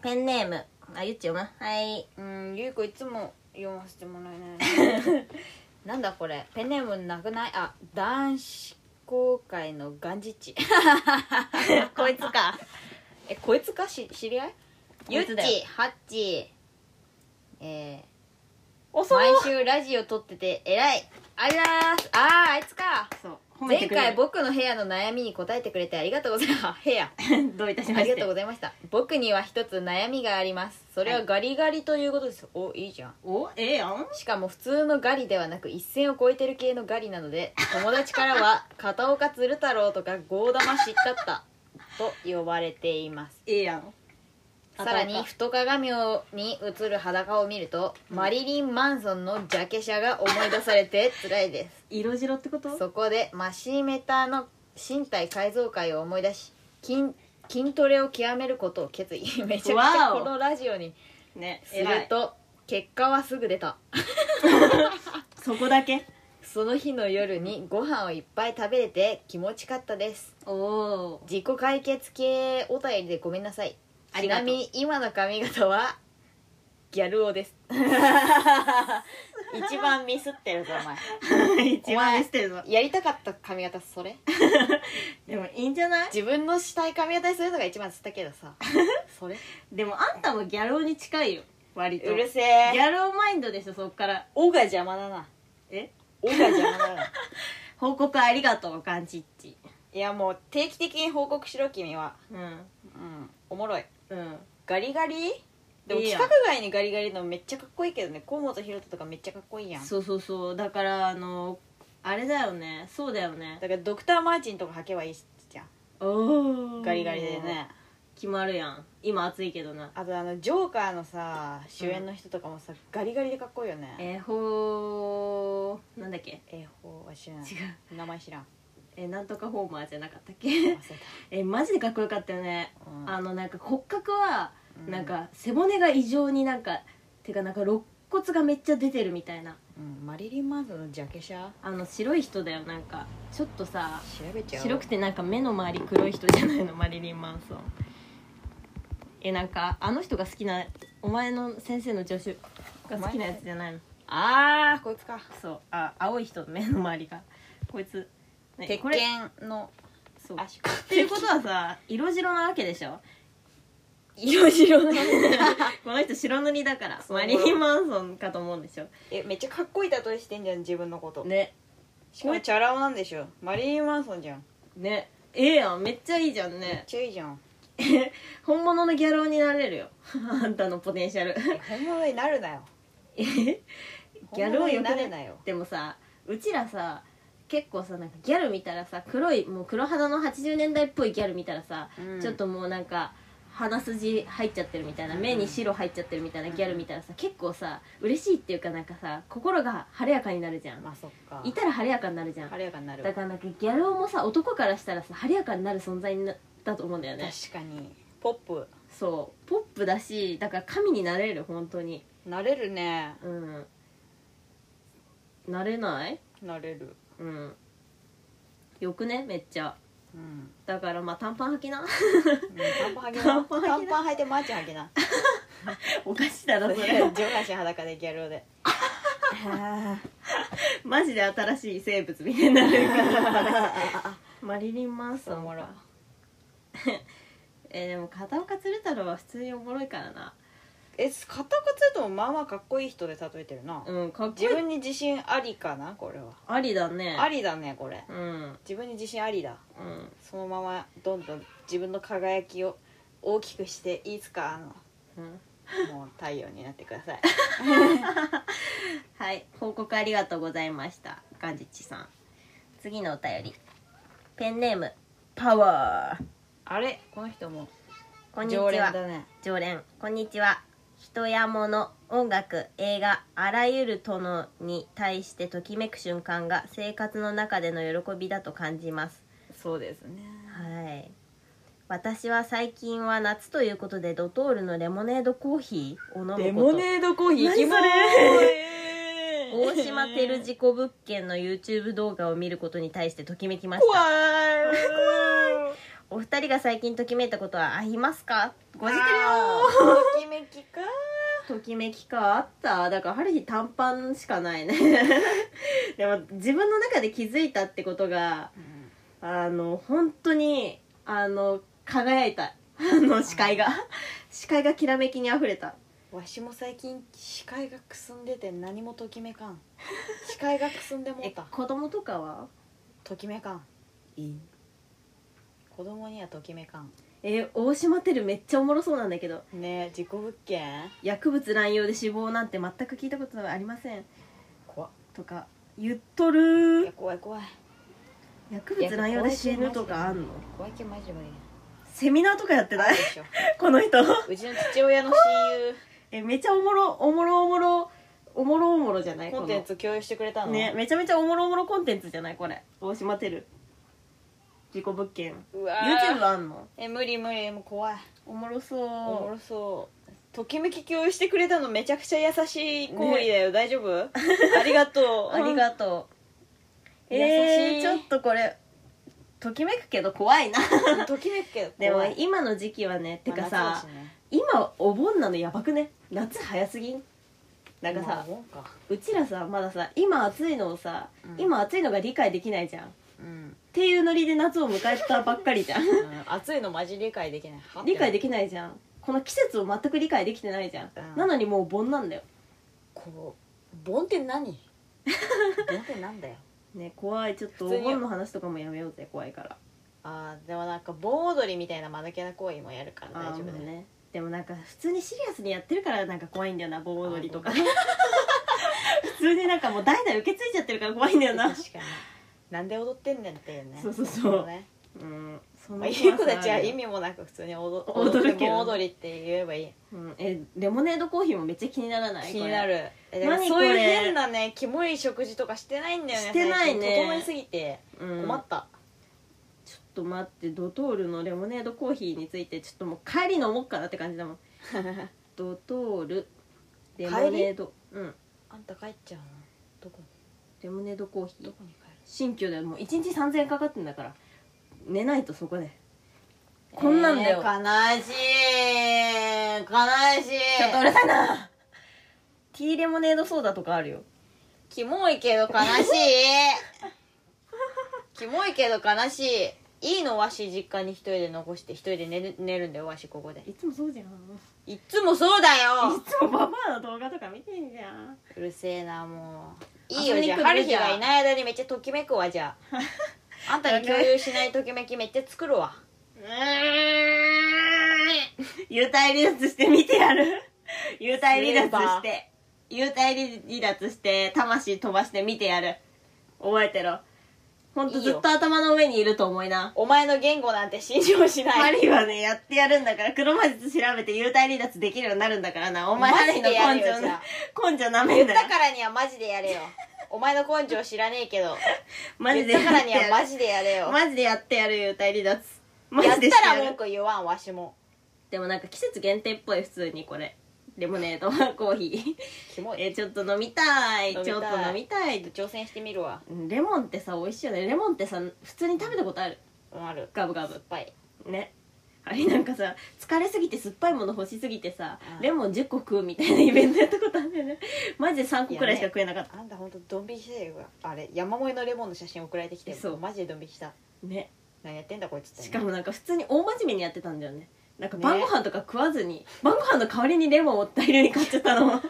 ペンネーム。あ、ゆっち読むはい。うんゆいこいつも読ませてもらえない *laughs* なんだこれペンネームなくないあ男子公会のガンジッチ *laughs* こいつか。えこいつかし知り合いこゆいっつだよちハッチえおー、毎週ラジオ撮ってて偉いありがとうございますあーあいつかそう。前回僕の部屋の悩みに答えてくれてありがとうございます部 *laughs* 屋どういたしまありしがてとう。ございました僕には一つ悩みがありますそれはガリガリということです、おいいじゃんお、ええやん。しかも普通のガリではなく一線を越えてる系のガリなので友達からは「片岡鶴太郎」とか「ゴーダマ知ったった」と呼ばれていますええやん。さらに太鏡に映る裸を見るとマリリン・マンソンのジャケ写が思い出され *laughs* て辛いです色白ってことそこでマシーメタの身体改造会を思い出し筋筋トレを極めること *laughs* を決意めちゃくちゃわおこのラジオにね、すえるらい。と結果はすぐ出たそこだけ。その日の夜にご飯をいっぱい食べれて気持ちかったですおお。自己解決系お便りでごめんなさいあちりがとうなみに今の髪型はギャル男です *laughs* 一番ミスってるぞ *laughs* 一番見せてるぞお。前やりたかった髪型それでもいいんじゃない自分のしたい髪型にするのが一番つったけど *laughs* さそれでもあんたもギャローに近いよ。割と。うるせギえャローマインドでしょ、そっから。おが邪魔だなえおが邪魔だな報告ありがとう、ガンチッチ。 *laughs* いやもう定期的に報告しろ君はうん。うんおもろいうん。ガリガリでもいい規やん格外にガリガリのめっちゃかっこいいけどね河本ロ人とかめっちゃかっこいいやんだそうそうそうだからあのあれだよねそうだよねからドクターマーチンとか履けばいいじゃんおおガリガリでね決まるやん今暑いけどなあとあのジョーカーのさ主演の人とかもさ、ガリガリでかっこいいよねえーほーなんだっけえほうは知らない違名前 *laughs* 知らんえーなんとかホーマーじゃなかったっ忘けれ *laughs* た、えーマジでかっこよかったよねうんあのなんか骨格はうんなんか背骨が異常になんかてかなんか肋骨がめっちゃ出てるみたいなうん、マリリン・マンソンのジャケシャあの白い人だよなんかちょっとさ調べちゃおう白くてなんか目の周り黒い人じゃないのマリリン・マンソンえなんかあの人が好きなお前の先生の助手が好きなやつじゃないのああこいつかそうあ青い人の目の周りがこいつ、ね鉄これ拳のそうっ *laughs* 足かていうことはさ色白なわけでし *laughs* ょ色白のこの人白塗りだからそうマリリン・マンソンかと思うんでしょ *laughs* えめっちゃかっこいい例えしてんじゃん自分のことねしかもチャラ男なんでしょマリリン・マンソンじゃんねええやんめっちゃいいじゃんめっねちゃいいじゃん本物のギャローになれるよ *laughs* あんたのポテンシャルえ本物になるなよギャロー本物よにくなないるなよでもさうちらさ結構さなんかギャル見たらさ黒いもう黒肌の80年代っぽいギャル見たらさ、うんちょっともうなんか鼻筋入っちゃってるみたいな目に白入っちゃってるみたいなギャル見たらさ結構さ嬉しいっていうかなんかさ心が晴れやかになるじゃんまあそっかいたら晴れやかになるじゃん晴れやかになるわだからなんかギャル男もさ男からしたらさ晴れやかになる存在になだと思うんだよね確かにポップそうポップだしだから神になれる本当になれるねうんなれないなれるうんよくねめっちゃうんだからまあ短パン履きな *laughs* うん短パン履きな短パン履きな短パン履いてマーチ履 *laughs* きなおかしいだろそれ上半身裸でギャルでマジで新しい生物みたいになるから *laughs* マリリン・マンおソンもろ *laughs* えーでも片岡鶴太郎は普通におもろいからな *laughs* え片岡つともまあまあかっこいい人で例えてるな、うんかっこい自い分に自信ありかなこれは、ありだねありだねこれうん自分に自信ありだうんそのままどんどん自分の輝きを大きくしていつかあのうんもう太陽になってくだ *laughs* さいはい報告ありがとうございましたガンジッチさん次のお便りペンネームパワーあれこの人もこんにち常連はだね常連こんにちは人や物音楽映画あらゆるのに対してときめく瞬間が生活の中での喜びだと感じますそうですねはい私は最近は夏ということでドトールのレモネードコーヒーを飲むことレモネードコーヒー何いそれきま大ーす島照次子物件の YouTube 動画を見ることに対してときめきまし怖たい怖いお二人が最近ときめいたことはありますかごじてるあよーときめきかときめきかあっただから春日短パンしかないね *laughs* でも自分の中で気づいたってことがあの本当にあの輝いたあの視界が *laughs* 視界がきらめきにあふれたわしも最近視界がくすんでて何もときめかん視界がくすんでもえうた子供とかはときめかん子供にはときめかんえ大島テルめっちゃおもろそうなんだけどねえ自己物件薬物乱用で死亡なんて全く聞いたことはありません怖とか言っといやる怖い怖い薬物乱用で死ぬとかあんの怖いけどマジで無理セミナーとかやってあなるい *laughs* でしょこの人 *laughs* うちの父親の親友えめちゃおもろおもろおもろおもろおもろじゃないコンテンツ共有してくれたこののねめちゃめちゃおもろおもろコンテンツじゃないこれ大島テル自己物件うわー YouTube あんのえ無理無理もう怖いおもろおもそろそうときめき共有してくれたのめちゃくちゃ優しい行為だよ、大丈夫 *laughs* ありがうとうありがとう優しいえー、ちょっとこれときめくけど怖いな *laughs* とときめくけどでも怖い今の時期はねてかまあさ夏だしね今お盆なのやばくね夏早すぎんなんかまさあお盆かうちらさまださ今暑いのをさ、うん今暑いのが理解できないじゃんっうんていうノリで夏を迎えたばっかりじゃん *laughs* うん暑いのマジ理解できない理解でききないじゃんこの季節を全く理解できてないじゃん、うんなのにもう盆なんだよこう盆って *laughs* 何盆ってなんだよね怖いちょっと普通おに盆の話とかもやめようぜ怖いからあーでもなんか盆踊りみたいな間抜けな行為もやるから大あ丈夫ーだもうよねでもなんか普通にシリアスにやってるからなんか怖いんだよな盆踊りとか *laughs* あ普通になんかもう代々受け継いじゃってるから怖いんだよな確かになんで踊ってんねんっていうねそうそうそうねうんそんまあ、なゆ怖うさある子よたちは意味もなく普通に踊踊るけど盆踊りって言えばいいうん、えレモネードコーヒーもめっちゃ気にならない気になるえだから何そういうこれ変なねキモい食事とかしてないんだよねしてないね最近整いすぎてこれ、うん、困った、ちょっと待ってドトールのレモネードコーヒーについてちょっともう帰り飲もうかなって感じだもん *laughs* ドトールレモネードうんあんた帰っちゃうのどこレモネードコーヒどーこに帰る新居でもう1日3000円かかってんだから寝ないとそこでこんなんだよ、悲しい悲しいちょっとうるさいなティーレモネードソーダとかあるよキモいけど悲しい *laughs* キモいけど悲しいいいのわし実家に一人で残して一人で寝る寝るんだよわしここでいつもそうじゃんいいっつもそうだよつもババアの動画とか見てんじゃ *laughs* んうるせえなもういいよ遊びにじゃ来ある春日がいない間にめっちゃときめくわじゃああんたに共有しないときめきめっちゃ作るわ *laughs* 幽体離脱して見てや *laughs* る幽体離脱して幽体離脱して魂飛ばして見てやる覚えてろほんといいずっよと頭の上にいると思いなお前の言語なんて信用しないハリーはねやってやるんだから黒魔術調べて幽体離脱できるようになるんだからなお前ハマリージのでや根れよ性じゃなあ根性なめ言んっなよたからにはマジでやれよお前の根性知らねえけどマジで言やっったからにてはやマるジでやれよマジでやってやる幽体離脱マやっジでしてたやらる文句言わんわしもでもなんか季節限定っぽい普通にこれレモネードコーヒキモーいえちょっと飲みたい飲みたちいょっと飲みたい挑戦してみるわうんレモンってさ美味しいよねレモンってさ普通に食べたことあるうんあるガブガ酸ブっぱいねあれなんかさ疲れすぎて酸っぱいもの欲しすぎてさうんレモン10個食うみたいなイベントやったことあるんだよねマジで3個くらいしか食えなかったあんたほんとドン引きしてるわあれ山盛りのレモンの写真送られてきてそうマジでドン引きしたね何やってんだこいつってしかもなんか普通に大真面目にやってたんだよねなんか晩ご飯とか食わずに、晩ご飯の代わりにレモンを大量に買っちゃったの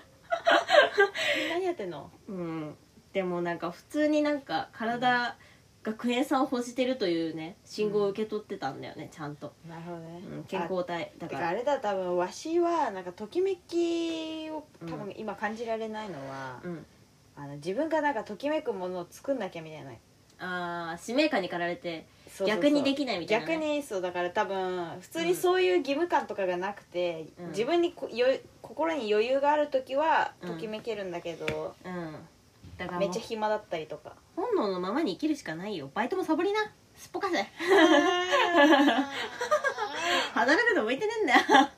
何やってんのうんでもなんか普通になんか体がクエン酸を欲してるというね信号を受け取ってたんだよねちゃんと、なるほどねうん、健康体だだかからあられだ多分わしはなんかときめきを多う分今感じられないのは、うんあの自分がなんかときめくものを作んなきゃみたいなあー使命感に駆られてそうそうそう逆にできないみたいなね逆にそうだから多分普通にそういう義務感とかがなくて、うん自分にこよ心に余裕がある時はうんときめけるんだけど、うんだからめもっうちゃ暇だったりとか本能のままに生きるしかないよバイトもサボりなすっぽか *laughs* せあーあ働くの向いてねえんだよー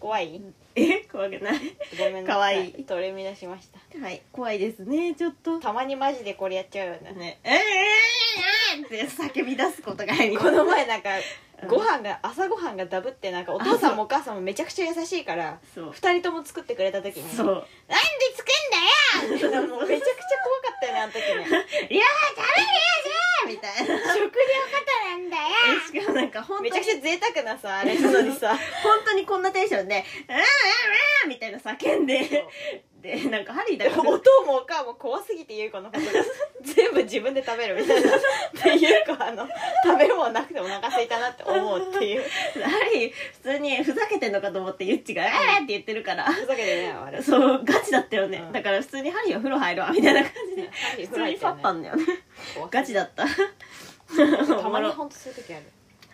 怖い *laughs* え怖くないごめんなかさわいいいトレミ出しましたはい怖いですねちょっとたまにマジでこれやっちゃうよねねえー、えー、えーって叫び出すことがありこの前なんかうんご飯が朝ご飯がダブってなんかお父さんもお母さんもめちゃくちゃ優しいからそう二人とも作ってくれた時にそうなんで作んだよ!」*laughs* もうめちゃくちゃ怖かったよねあの時ねいやーダメだよじゃーみたいな食料方なんだよえしかもなんか本当 *laughs* めにちゃくちゃ贅沢なさあれなのにさ本当にこんなテンションで「うんうんうん」みたいな叫んででなんかハリーだからお父もお母も怖すぎて優子のことが *laughs* 全部自分で食べるみたいなで優子あの食べるもんなくてお腹空いたなって思うって *laughs* いうハリー普通にふざけてんのかと思ってユッチが「えー!」って言ってるからふざけてねえわあれそうガチだったよね、うんだから普通に「ハリーは風呂入るわ」みたいな感じで普通にパッパンんだよねガチだったたまにおもろ本当そういう時ある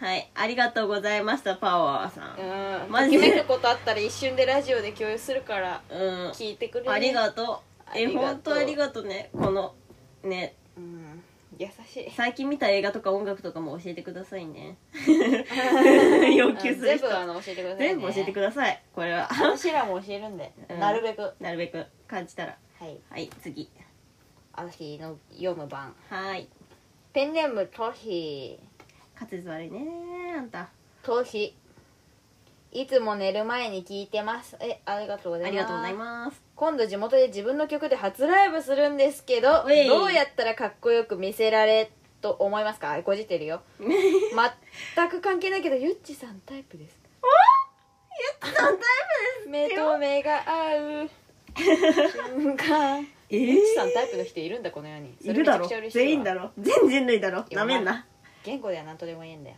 はいありがとうございましたパワーさんうんマとジきでめくことあったら一瞬でラジオで共有するからうん、聞いてくれるありがとうあえりがとう本当ありがとうねこのねうん優しい最近見た映画とか音楽とかも教えてください *laughs* ね *laughs* 要求する全人部あの教えてくださいね全部教えてくださいこれは *laughs* 私らも教えるんで、うんなるべくはなるべく感じたらいはい次私の読む番はーいペンネームトヒ滑舌悪いねあんたトヒいつも寝る前に聞いてますえありがとうござあいりますがとうございます今度地元で自分の曲で初ライブするんですけどうえいどうやったらかっこよく見せられと思います *laughs* かあこじってるよ全く関係ないけどゆっちさんタイプですあんた目と目が合う瞬 *laughs* 間えゆっちさんー、タイプの人いるんだこの世にそれいるだめろちゃくちゃ嬉しいわ全員だろ全人類だろいやなめんな言語では何とでも言えんだよ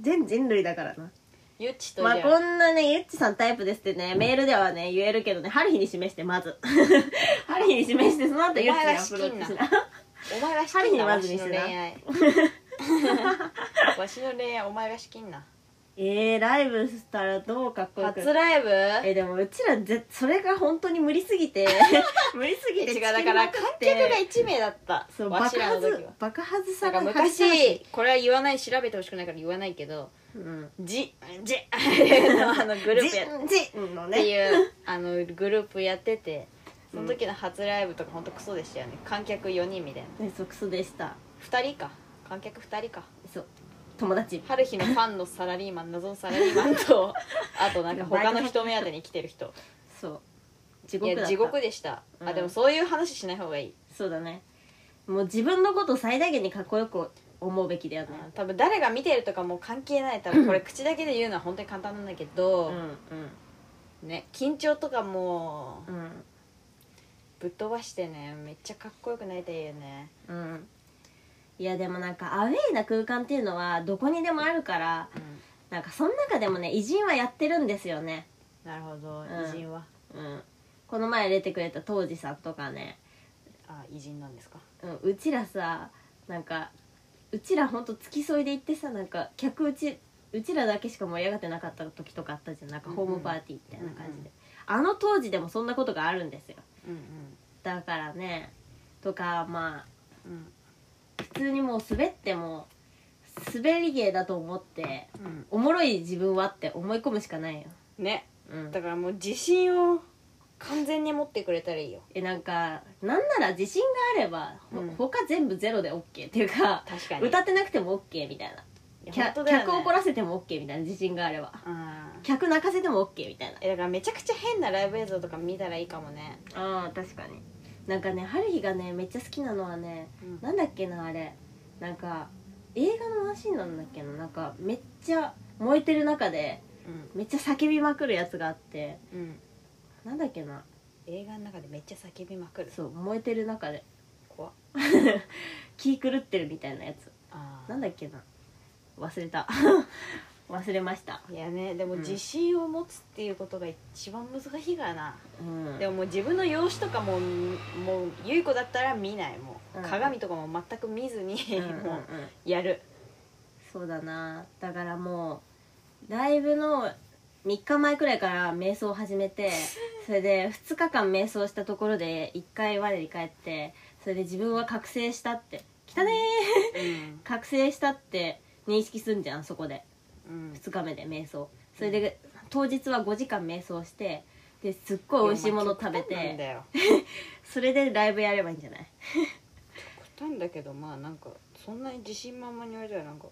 全人類だからなゆっちとじまゃああこんなねゆっちさんタイプですってねメールではね言えるけどね春日に示してまず *laughs* 春日に示してその後ゆっちにアプローチしなお前が好きんな針にわまずしにのし恋な *laughs* 愛わしの恋愛お前が好きんな *laughs* えー、ライブしたらどうかっこよく初ライブえーでもうちらぜそれが本当に無理すぎて *laughs* 無理すぎて違うだから観客がい1名だったそうわ爆しらの時発は爆発なさんかが昔これは言わない調べてほしくないから言わないけどうんじじ *laughs* のあのグループやっじじのてねいうあのグループやっててその時の初ライブとか本当クソでしたよね観客4人みたいなねそクソでした2人か観客2人かそう友達春日のファンのサラリーマン謎のサラリーマン *laughs* とあとなんか他の人目当てに来てる人そう地い獄だっやた地獄でした、うあんでもそういう話しない方がいい、そうだねもう自分のことを最大限にかっこよく思うべきだよね多分誰が見てるとかもう関係ない多分これ口だけで言うのは本当に簡単なんだけうどん、ね緊張とかもううんぶっ飛ばしてねめっちゃかっこよくなりたいよねうんうんいやでもなんかアウェイな空間っていうのはどこにでもあるからなんかその中でもね偉人はやってるんですよねなるほど、ん偉人はうんこの前出てくれた当時さんとかね、あ偉人なんですかうん、うちらさなんかうちらほんと付き添いで行ってさなんか客うちうちらだけしか盛り上がってなかった時とかあったじゃんなんかホームパーティーみたいな感じで、あの当時でもそんなことがあるんですようんだからねとかまあうん普通にもう滑っても滑り芸だと思ってうんおもろい自分はって思い込むしかないよ、ねうん、だからもう自信を完全に持ってくれたらいいよえなんかなんなら自信があれば、ほうん他全部ゼロで OK っていうか確かに歌ってなくても OK みたいな客客怒らせても OK みたいな自信があればあ客泣かせても OK みたいなえだからめちゃくちゃ変なライブ映像とか見たらいいかもね、あー確かになんかね春日がねめっちゃ好きなのはねなんだっけなあれなんか映画のワンシーンなんだっけななんかめっちゃ燃えてる中でうんめっちゃ叫びまくるやつがあってうんなんだっけな映画の中でめっちゃ叫びまくるそう燃えてる中で怖っ気狂ってるみたいなやつあなんだっけな忘れた *laughs* 忘れましたいやねでもうん自信を持つっていうことが一番難しいからな、うんでももう自分の容姿とかももうゆい子だったら見ないもうう、ん鏡とかも全く見ずに、うんうんうんもうやるそうだなだからもうライブの3日前くらいから瞑想を始め *laughs* てそれで2日間瞑想したところで1回我に返ってそれで自分は覚醒したって「汚ねうんー覚醒した」って認識すんじゃんそこでうん2日目で瞑想それで当日は5時間瞑想してですっごい美味しいもの食べいやまあ極端なんだてよそれでライブやればいいんじゃない極端だけどまあなんかそんなに自信満々に言われたらなんか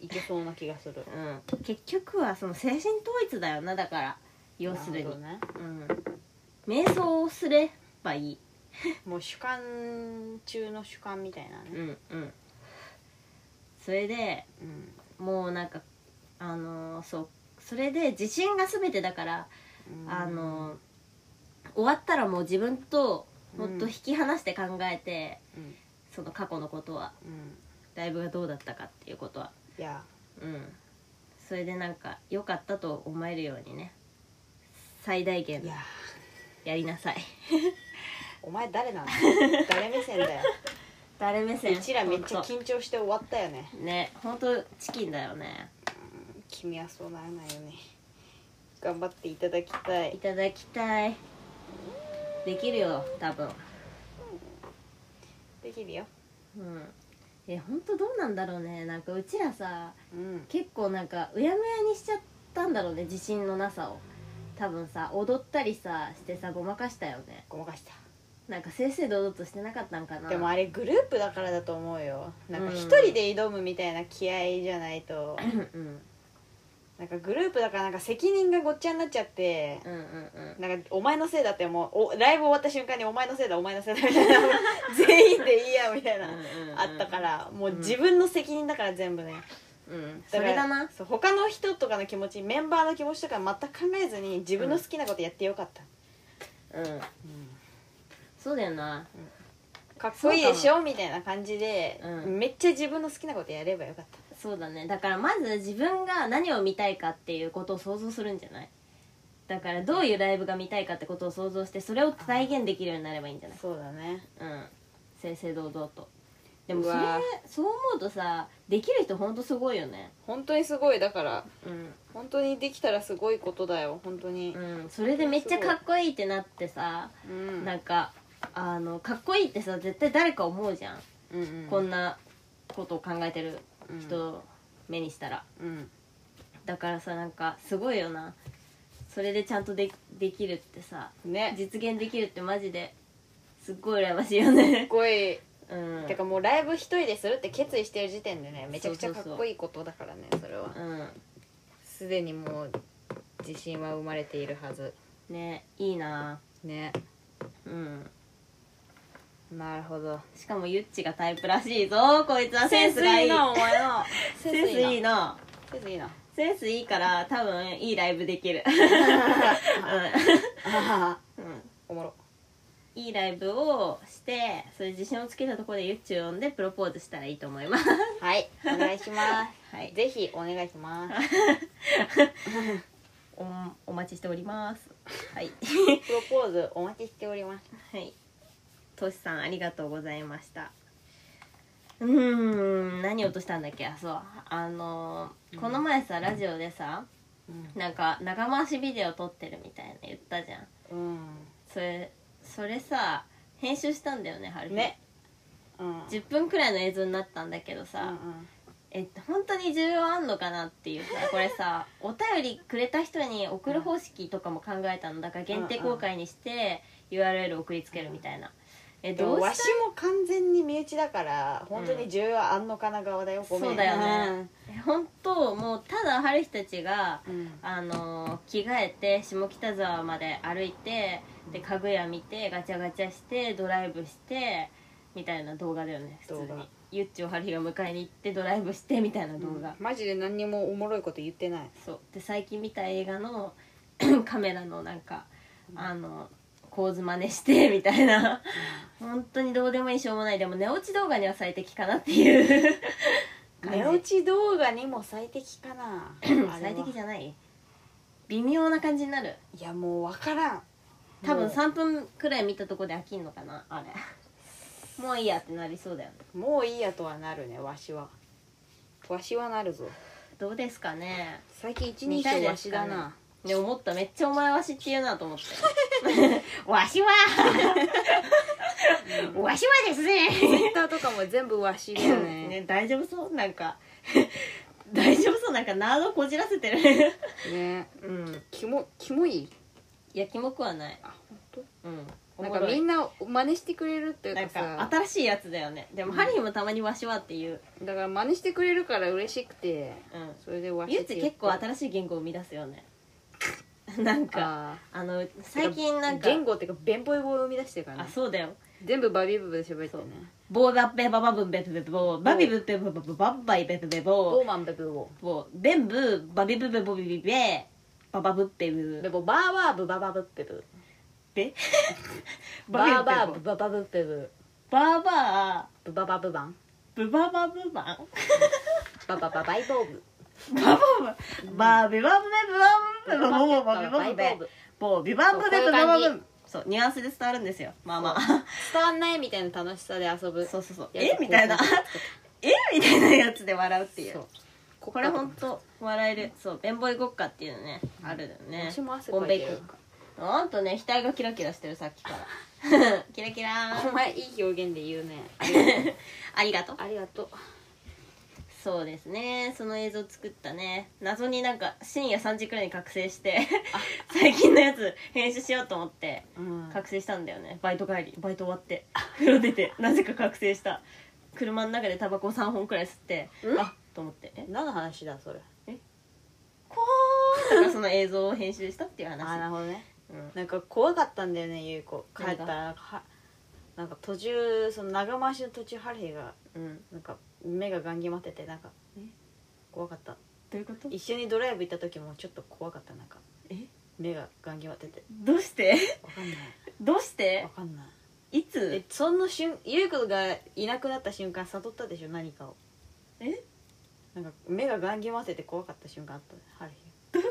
いけそうな気がするうん結局はその精神統一だよなだから要するになほどねうん瞑想をすればいいもう主観中の主観みたいなうねんうんそれでうんもうなんかあのーそうそれで自信が全てだから、うんあのー終わったらもう自分ともっと引き離して考えて、うんその過去のことはうんライブがどうだったかっていうことはいやうんそれでなんか良かったと思えるようにね最大限いややりなさいお前誰なの *laughs* 誰目線だよ誰目う線ちらめっちゃほんと緊張して終わったよねね本当チキンだよね君はそうならないよね頑張っていただきたいいただきたいできるよ多分できるようんえ本当どうなんだろうねなんかうちらさうん結構なんかうやむやにしちゃったんだろうね自信のなさを多分さ踊ったりさしてさごまかしたよねごまかしたなんか正々堂々としてなかったんかなでもあれグループだからだと思うよなんか一人で挑むみたいな気合じゃないと、うんうんなんかグループだからなんか責任がごっちゃになっちゃってうんうんうんなんかお前のせいだってもうおライブ終わった瞬間にお前のせいだお前のせいだみたいな *laughs* 全員でいいやみたいな、あったからもう自分の責任だから全部ね、うんそかられだなそう他の人とかの気持ちメンバーの気持ちとか全く考えずに自分の好きなことやってよかった、うんそうだよなかっこいいでしょみたいな感じで、うんめっちゃ自分の好きなことやればよかったそうだねだからまず自分が何を見たいかっていうことを想像するんじゃないだからどういうライブが見たいかってことを想像してそれを再現できるようになればいいんじゃないそうだねうん正々堂々とでもそうれわそう思うとさできる人ほんとすごいよね本当にすごいだからうん、本当にできたらすごいことだよ本当にうん、それでめっちゃかっこいいってなってさうんなんかあのかっこいいってさ絶対誰か思うじゃん、うんうんこんなことを考えてる人を目にしたら、うんだからさなんかすごいよなそれでちゃんとでできるってさねすっ実現できるってマジですっごい羨ましいよね *laughs* ごいうんてかもうライブ一人でするって決意してる時点でねめちゃくちゃかっこいいことだからねそれはうんすでにもう自信は生まれているはずねいいなねうんなるほどしかもゆっちがタイプらしいぞこいつはセンスがいいお前のセセンンススいいいいななセンスいいなセンスいいから多分いいライブできる、あうんうん、おもろ *laughs* いいライブをしてそれ自信をつけたところでゆっちを呼んでプロポーズしたらいいと思いますはいお願いしまはいすぜひお願いしますおお待ちしておりますはいプロポーズお待ちしておりますはい。としさんありがとうございました。うーん何落としたんだっけあそうあのーこの前さラジオでさなんか長回しビデオ撮ってるみたいな言ったじゃんうん、それそれさ編集したんだよねはるねうん10分くらいの映像になったんだけどうんうさ、んえ本当に需要あんのかなって *laughs* いうさこれさお便りくれた人に送る方式とかも考えたのだから限定公開にして URL 送りつけるみたいなえでどもうわししも完全に身内だから本当に重要あんのかな側だよごめんそうだよねた本当もうただ春日たちがうんうんあのー着替えて下北沢まで歩いてで家具屋見てガチャガチャしてドライブしてみたいな動画だよね普通動画にゆっちを春日が迎えに行ってドライブしてみたいな動画、マジで何にもおもろいこと言ってないそうで最近見た映画の *clears throat* カメラのなんかあの構図真似してみたいな本当にどうでもいいしょうもないでも寝落ち動画には最適かなっていう感じ寝落ち動画にも最適かな最適じゃゃない微妙な感じになるいやもう分からん多分もう3分くらい見たとこで飽きんのかなあれ *laughs* もういいやってなりそうだよねもういいやとはなるねわしはわしはなるぞどうですかね最近一見人たい称ですかねわしだな、ね思っためっちゃお前わしって言うなと思って *laughs* わしはわしはですねツイッターとかも全部わしだねね大丈夫そうなんか *laughs* 大丈夫そうなんかナードこじらせて *laughs* るねうんキモキモいいやキモくはないあ本当うんなんおもかろいみんな真似してくれるっていうなかんんかさ新しいやつだよねでも、ハリーもたまにわしはっていう、だから真似してくれるから嬉しくてうん、それでわしゆうってち言って結構新しい言語を生み出すよねなんかああの最近ーなんか言語っていうか弁語を生み出してるからあねそうだよ全部バビブブで喋ってねボーダッペババブンベプベプボーバビブペブバブバッバイベプベボボーマンベブボーボー全部バビブベボビビベババブッペーブベボバーバーブババブッペブベバーバービブブペババブッペブボバーバブババブバンーブババブバンババババイボーブバボブバービバブベブバブベブボーバビバブバイベボーブボービバブベブそうこういうバ感じブブそうニュアンスで伝わるんですよまあまあ伝わんないみたいな楽しさで遊ぶそうそうそうやつえみたいなえみたいなやつで笑うっていうそうこれほんと笑えるそう弁護ごっかっていうのねあるよね私も汗ボかンいベてイる君ほんとね額がキラキラしてるさっきから *laughs* キラキラーお前いい表現で言うねありがとうありがとうそうですねその映像作ったね謎になんか深夜3時くらいに覚醒して *laughs* 最近のやつ編集しようと思ってうん覚醒したんだよねバイト帰りバイト終わって風呂出てなぜか覚醒した車の中でタバコ3本くらい吸ってんあっと思ってえ何の話だそれこーだからその映像を編集したっていうあーな話るほどねうんなんか怖かったんだよねゆい子帰何がったらなんかはなんか途中その長回しの途中ハリーがうんなんか目がガン決まっててなんか怖かったどういうこと一緒にドライブ行った時もちょっと怖かったなんかえ目がガン決まっててどうして *laughs* わかんないどうしてわかんないいえつその瞬ゆい子がいなくなった瞬間悟ったでしょ何かをえなんか目がガン決まってて怖かった瞬間あったねハリー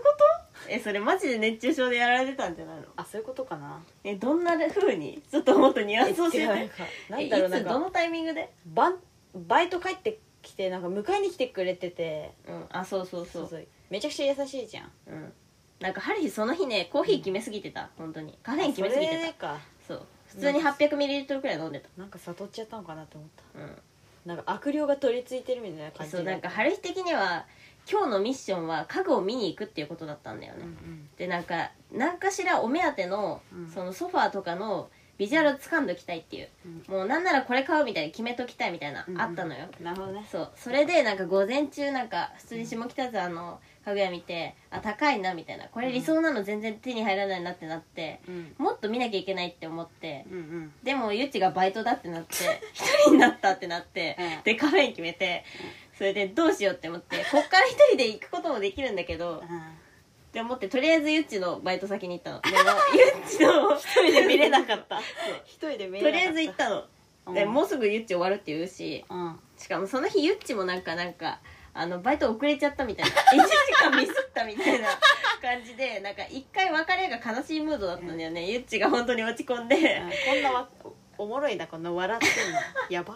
えそれマジで熱中症でやられてたんじゃないのあそういうことかなえどんな風にちょっともっとニュアンス教え違うなんてかなえんいだろうつなんどかのタイミングでバンバイト帰ってきてなんか迎えに来てくれててうんあそうそうそそううそうめちゃくちゃ優しいじゃんうんなんかハリーその日ねコーヒー決めすぎてた本当にカフェイン決めすぎそれてかたそう普通に 800ml くらい飲んでたなんか悟っちゃったのかなと思ったうんなんか悪霊が取り付いてるみたいな感じそうなんかハリー的には今日のミッションは家具を見に行くっていうことだったんだよね、うんでなんか何かしらお目当ての,、うんそのソファーとかのビジュアルを掴んどきたいっていう、うもうなんならこれ買うみたいに決めときたいみたいな、うんあったのよなるほどねそうそれでなんか午前中なんか普通に下北沢の家具屋見てあ高いなみたいなこれ理想なの全然手に入らないなってなってうんもっと見なきゃいけないって思ってうんうんでもゆっちがバイトだってなって *laughs* 一人になったってなって、うんでカフェイン決めてそれでどうしようって思ってこっから一人で行くこともできるんだけどって思ってとりあえずゆっちのバイト先に行ったの *laughs* でもゆっちの一人で見れなか *laughs* った一人で見とりあえず行ったの、うんでもうすぐゆっち終わるって言うしうんしかもその日ゆっちもなんかなんかあのバイト遅れちゃったみた *laughs* いな1時間ミスったみたいな感じでなんか一回別れが悲しいムードだったんだよね、ゆっちが本当に落ち込んでこんなわおもろいなこんな笑ってん *laughs* のやば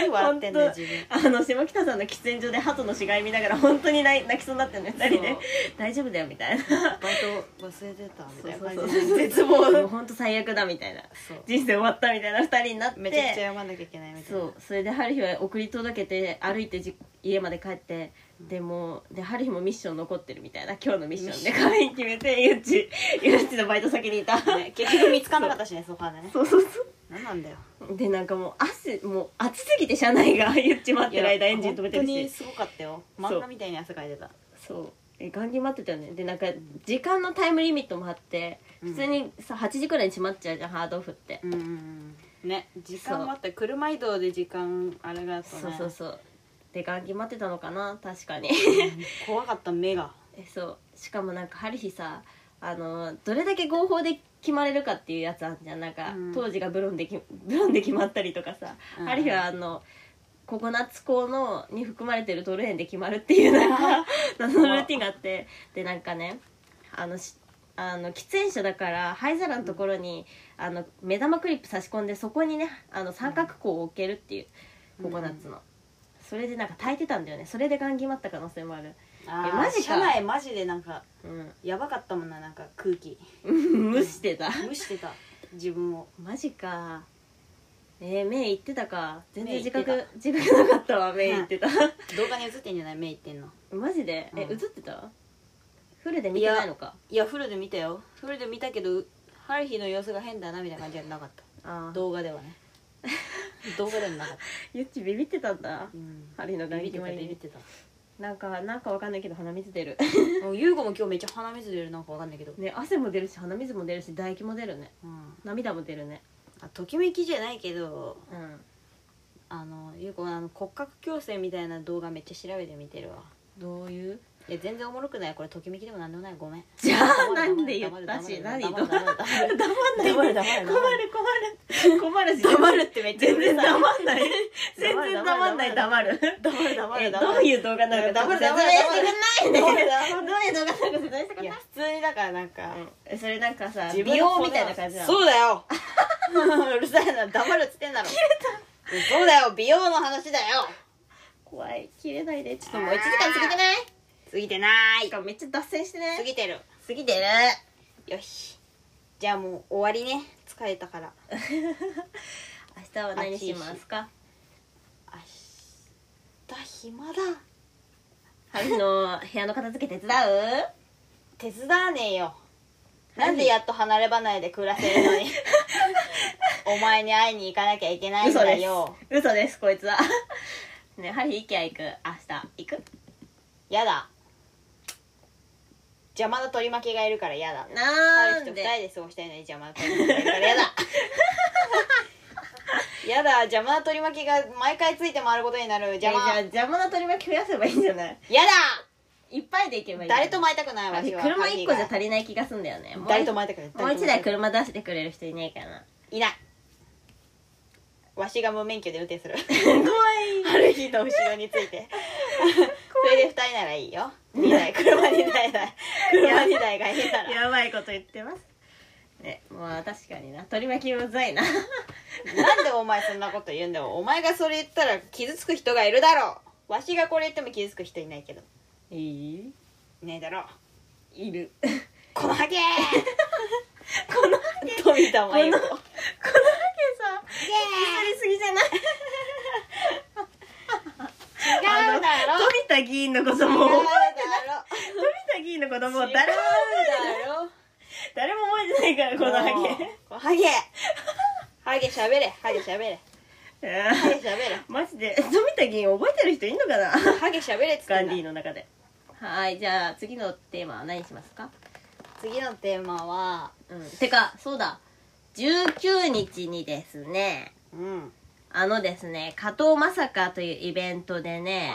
何笑ってんの本当自分あの下北さんの喫煙所で鳩の死骸見ながら本当に泣い泣きそうになってんの2人でそう「大丈夫だよ」みたいなバイト忘れてたみたいな感じで絶 *laughs* 絶望 *laughs* 望もう本当最悪だみたいなそう人生終わったみたいな2人になってめちゃくちゃ謝んなきゃいけないみたいなそうそれで春日は送り届けて歩いてじ家まで帰ってでもうで春日もミッション残ってるみたいな今日のミッションで可愛い決めてゆっちゆっちのバイト先に *laughs* いた、ね結局見つかんなかったしねソファーでねそうそう何なんだよそうでなんかもう汗もう暑すぎて車内 *laughs* がゆっち待ってる間エンジン止めてるいや本当にしすごかったよそう漫画みたいに汗かいてたそうえガンギ待ってたよねでなんか時間のタイムリミットもあってうん普通にさ8時くらいに閉まっちゃうじゃんハードオフって、うんうんうんね時間もあった車移動で時間あれがあったねそうそうそうでガンギ待ってたのかな確かに *laughs* 怖かった目がえそうしかもなんか春日さあのどれだけ合法で決まれるかっていうやつあんじゃんなんか、うん当時がブロンできブロンで決まったりとかさ、うん春日はあのココナッツ鋼のに含まれてるトルエンで決まるっていう *laughs* なんか謎のルーティンがあってでなんかねあのしあの喫煙者だから灰皿のところに、あの目玉クリップ差し込んでそこにねあの三角鋼を置けるっていう、うんココナッツのそれでなんか炊いてたんだよねそれでガン決まった可能性もあるあママジかジ車内マジでなんかうんやばかったもんななんか空気無視してた無視してた自分もマジかえー、目いってたか全然目い自ってた覚自覚なかったわ目いってた動画に映ってんじゃない目いってんのマジでえ、うん映ってたフルで見てないのかいやフルで見たよフルで見たけどハリヒの様子が変だなみたいな感じはなかったああ動画ではね動画ではな *laughs* かった、ゆっちビビってたんだうん、ハリのビ眼ビって決たまりビビっにてたなんかなんかわかんないけど鼻水出るもうユーゴも今日めっちゃ鼻水出るなんかわかんないけど、ね汗も出るし鼻水も出るし唾液も出るねうん、涙も出るねあときめきじゃないけどうんあのユーゴあの骨格矯正みたいな動画めっちゃ調べて見てるわどういういや全然おもろくないこれときめきでもなんでもない *laughs* ごめんじゃあ黙なれんで言ったし黙何れど黙う困れ黙れ黙れ黙れ黙れ黙れる困る困るし黙るってめっちゃ全うる然さい黙んない *laughs* 全然黙んない黙る黙れ黙えれど黙れういう動画なのかちょっと説明してくんないね黙れ黙れどういう動画なのか説明してくんないやい普通にだからなんか、えそれなんかさ自分美の容子供みたいな感じなのそうだよ *laughs* うるさいな黙るっつってんだろ *laughs* そうだよ美容の話だよ怖い切れないでちょっとももうう1 1時時間間過過ぎぎててなないい過ぎてないしかもめっちゃ脱線して過ねぎてる過ぎてるよしじゃあもう終わりね疲れたから明日は何しますか明日暇だ春日の部屋の片付け手伝う手伝わねえよなんでやっと離れ離れで暮らせるの *laughs* にお前に会いに行かなきゃいけない *laughs* ん嘘だですよ嘘ですこいつは *laughs* ねハリー IKEA 行く明日行くやだ邪魔な取り巻きがいるからやだなあるん人二で人で過ごしたいのに邪魔な取り巻きがいるから *laughs* やだやだ邪魔な取り巻きが毎回ついて回ることになる邪え魔じゃあや邪魔な取り巻き増やせばいいんじゃないいっぱいで行けばだいい誰ともも会いたくない私は車一個じゃ足りない気がすんだよねもう誰とも会いたくないもう一台車出してくれる人いないかないないわしが無免許で運転 *laughs* する怖いある日の後ろについてそれで2人ならいいよ2 *laughs* 台車2台なら車2台がいいならやばいこと言ってますねまあ確かにな取り巻きうざい *laughs* ななんでお前そんなこと言うんだよお前がそれ言ったら傷つく人がいるだろうわしがこれ言っても傷つく人いないけどいいいないだろういるこのハゲ *laughs* このこのハー富田真由子こハゲさゲやりすぎじゃないー違うだろ富田議員のこと違もうだろ富う田議員のこともだ誰もろ誰も覚えてないからこのハこのハゲハゲ喋れハゲ喋れゲハゲうん喋れマジで富田議員覚えてる人いんのかなハゲ喋れっつっガてンんデだィーの中ではいじゃあ次のテーマは何にしますか次のテーマはうんてかそうだ19日にですねうんあのですね加藤まさかというイベントでね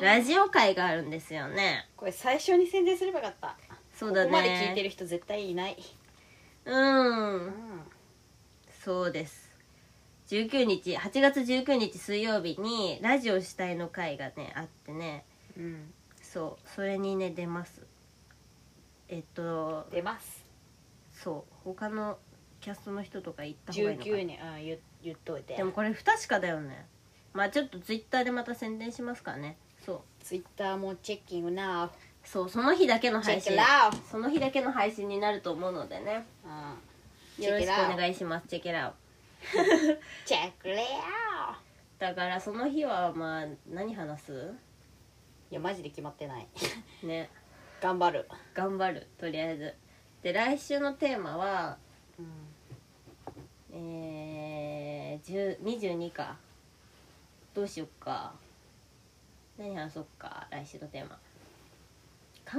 ラジオ会があるんですよねこれ最初に宣伝すればよかったそうだねここまで聞いてる人絶対いない、ううんんそうです19日8月19日水曜日にラジオ主体の会がねあってねううんそうそれにね出ますえっと出ますそう他のキャストの人とか言った方がいいのかな19年あ言言っといてでもこれ不確かだよねまあちょっとツイッターでまた宣伝しますからねそうツイッターもチェッキングなそうその日だけのチ配ェック信ラその日だけの配信になると思うのでねーチよろェックしくラおー願いしますチェケラーチェックラーいだからその日はまあ何話すやマジで決まってないね頑張る頑張るとりあえずで来週のテーマはえー、10 22かどうしよっか何話そっか来週のテーマ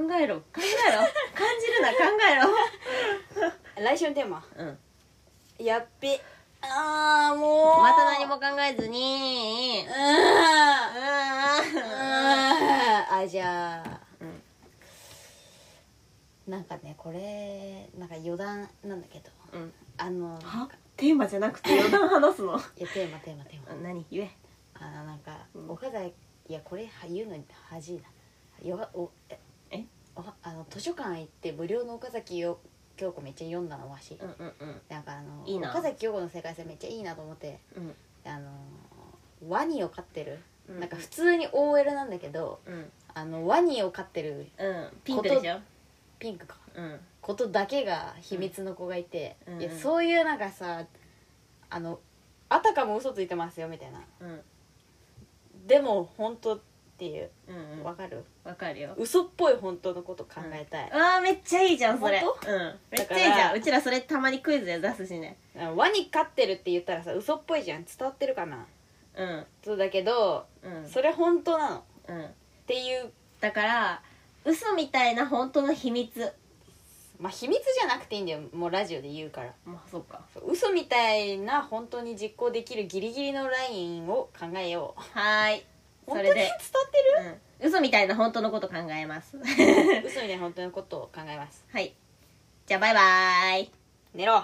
考えろ考えろ *laughs* 感じるな考来週のテーマえろうんやっべあーもうまた何も考えずにうーんうーんあじゃあ、うんなんかねこれなんか余談なんだけど、うんあのはテーマじゃなくて余談話すのいやテーマテーマテーマ何言えあのなんか、うん岡崎いやこれは言うのに恥じいなよがおええおあの図書館行って無料の岡崎よ京子めっちゃ読んだのわし、うんうんうんなんかあのいいな岡崎京子の世界線めっちゃいいなと思ってうんあのワニを飼ってる、うんなんか普通に OL なんだけどうんあのワニを飼ってるうんピンクでしょピンクかうんことだけが秘密の子がいて、うんいやうんそういうなんかさあのあたかも嘘ついてますよみたいなうんでも本当っていううんうんわかるわかるよ嘘っぽい本当のこと考えたい、あーめっちゃいいじゃんそれ本うんめっちゃだいいからじゃんうちらそれたまにクイズで出すしねあのワニ飼ってるって言ったらさ嘘っぽいじゃん伝わってるかなうんそうだけどうんそれ本当なのっうんていうだから嘘みたいな本当の秘密まあ秘密じゃなくていいんだよもうラジオで言うからまあそうかそう嘘みたいな本当に実行できるギリギリのラインを考えようはーいそ本当にれ伝わで、うん、嘘みたいな本当のこと考えます *laughs* ってる嘘みたいな本当のことを考えますはいじゃあバイバーイ寝ろ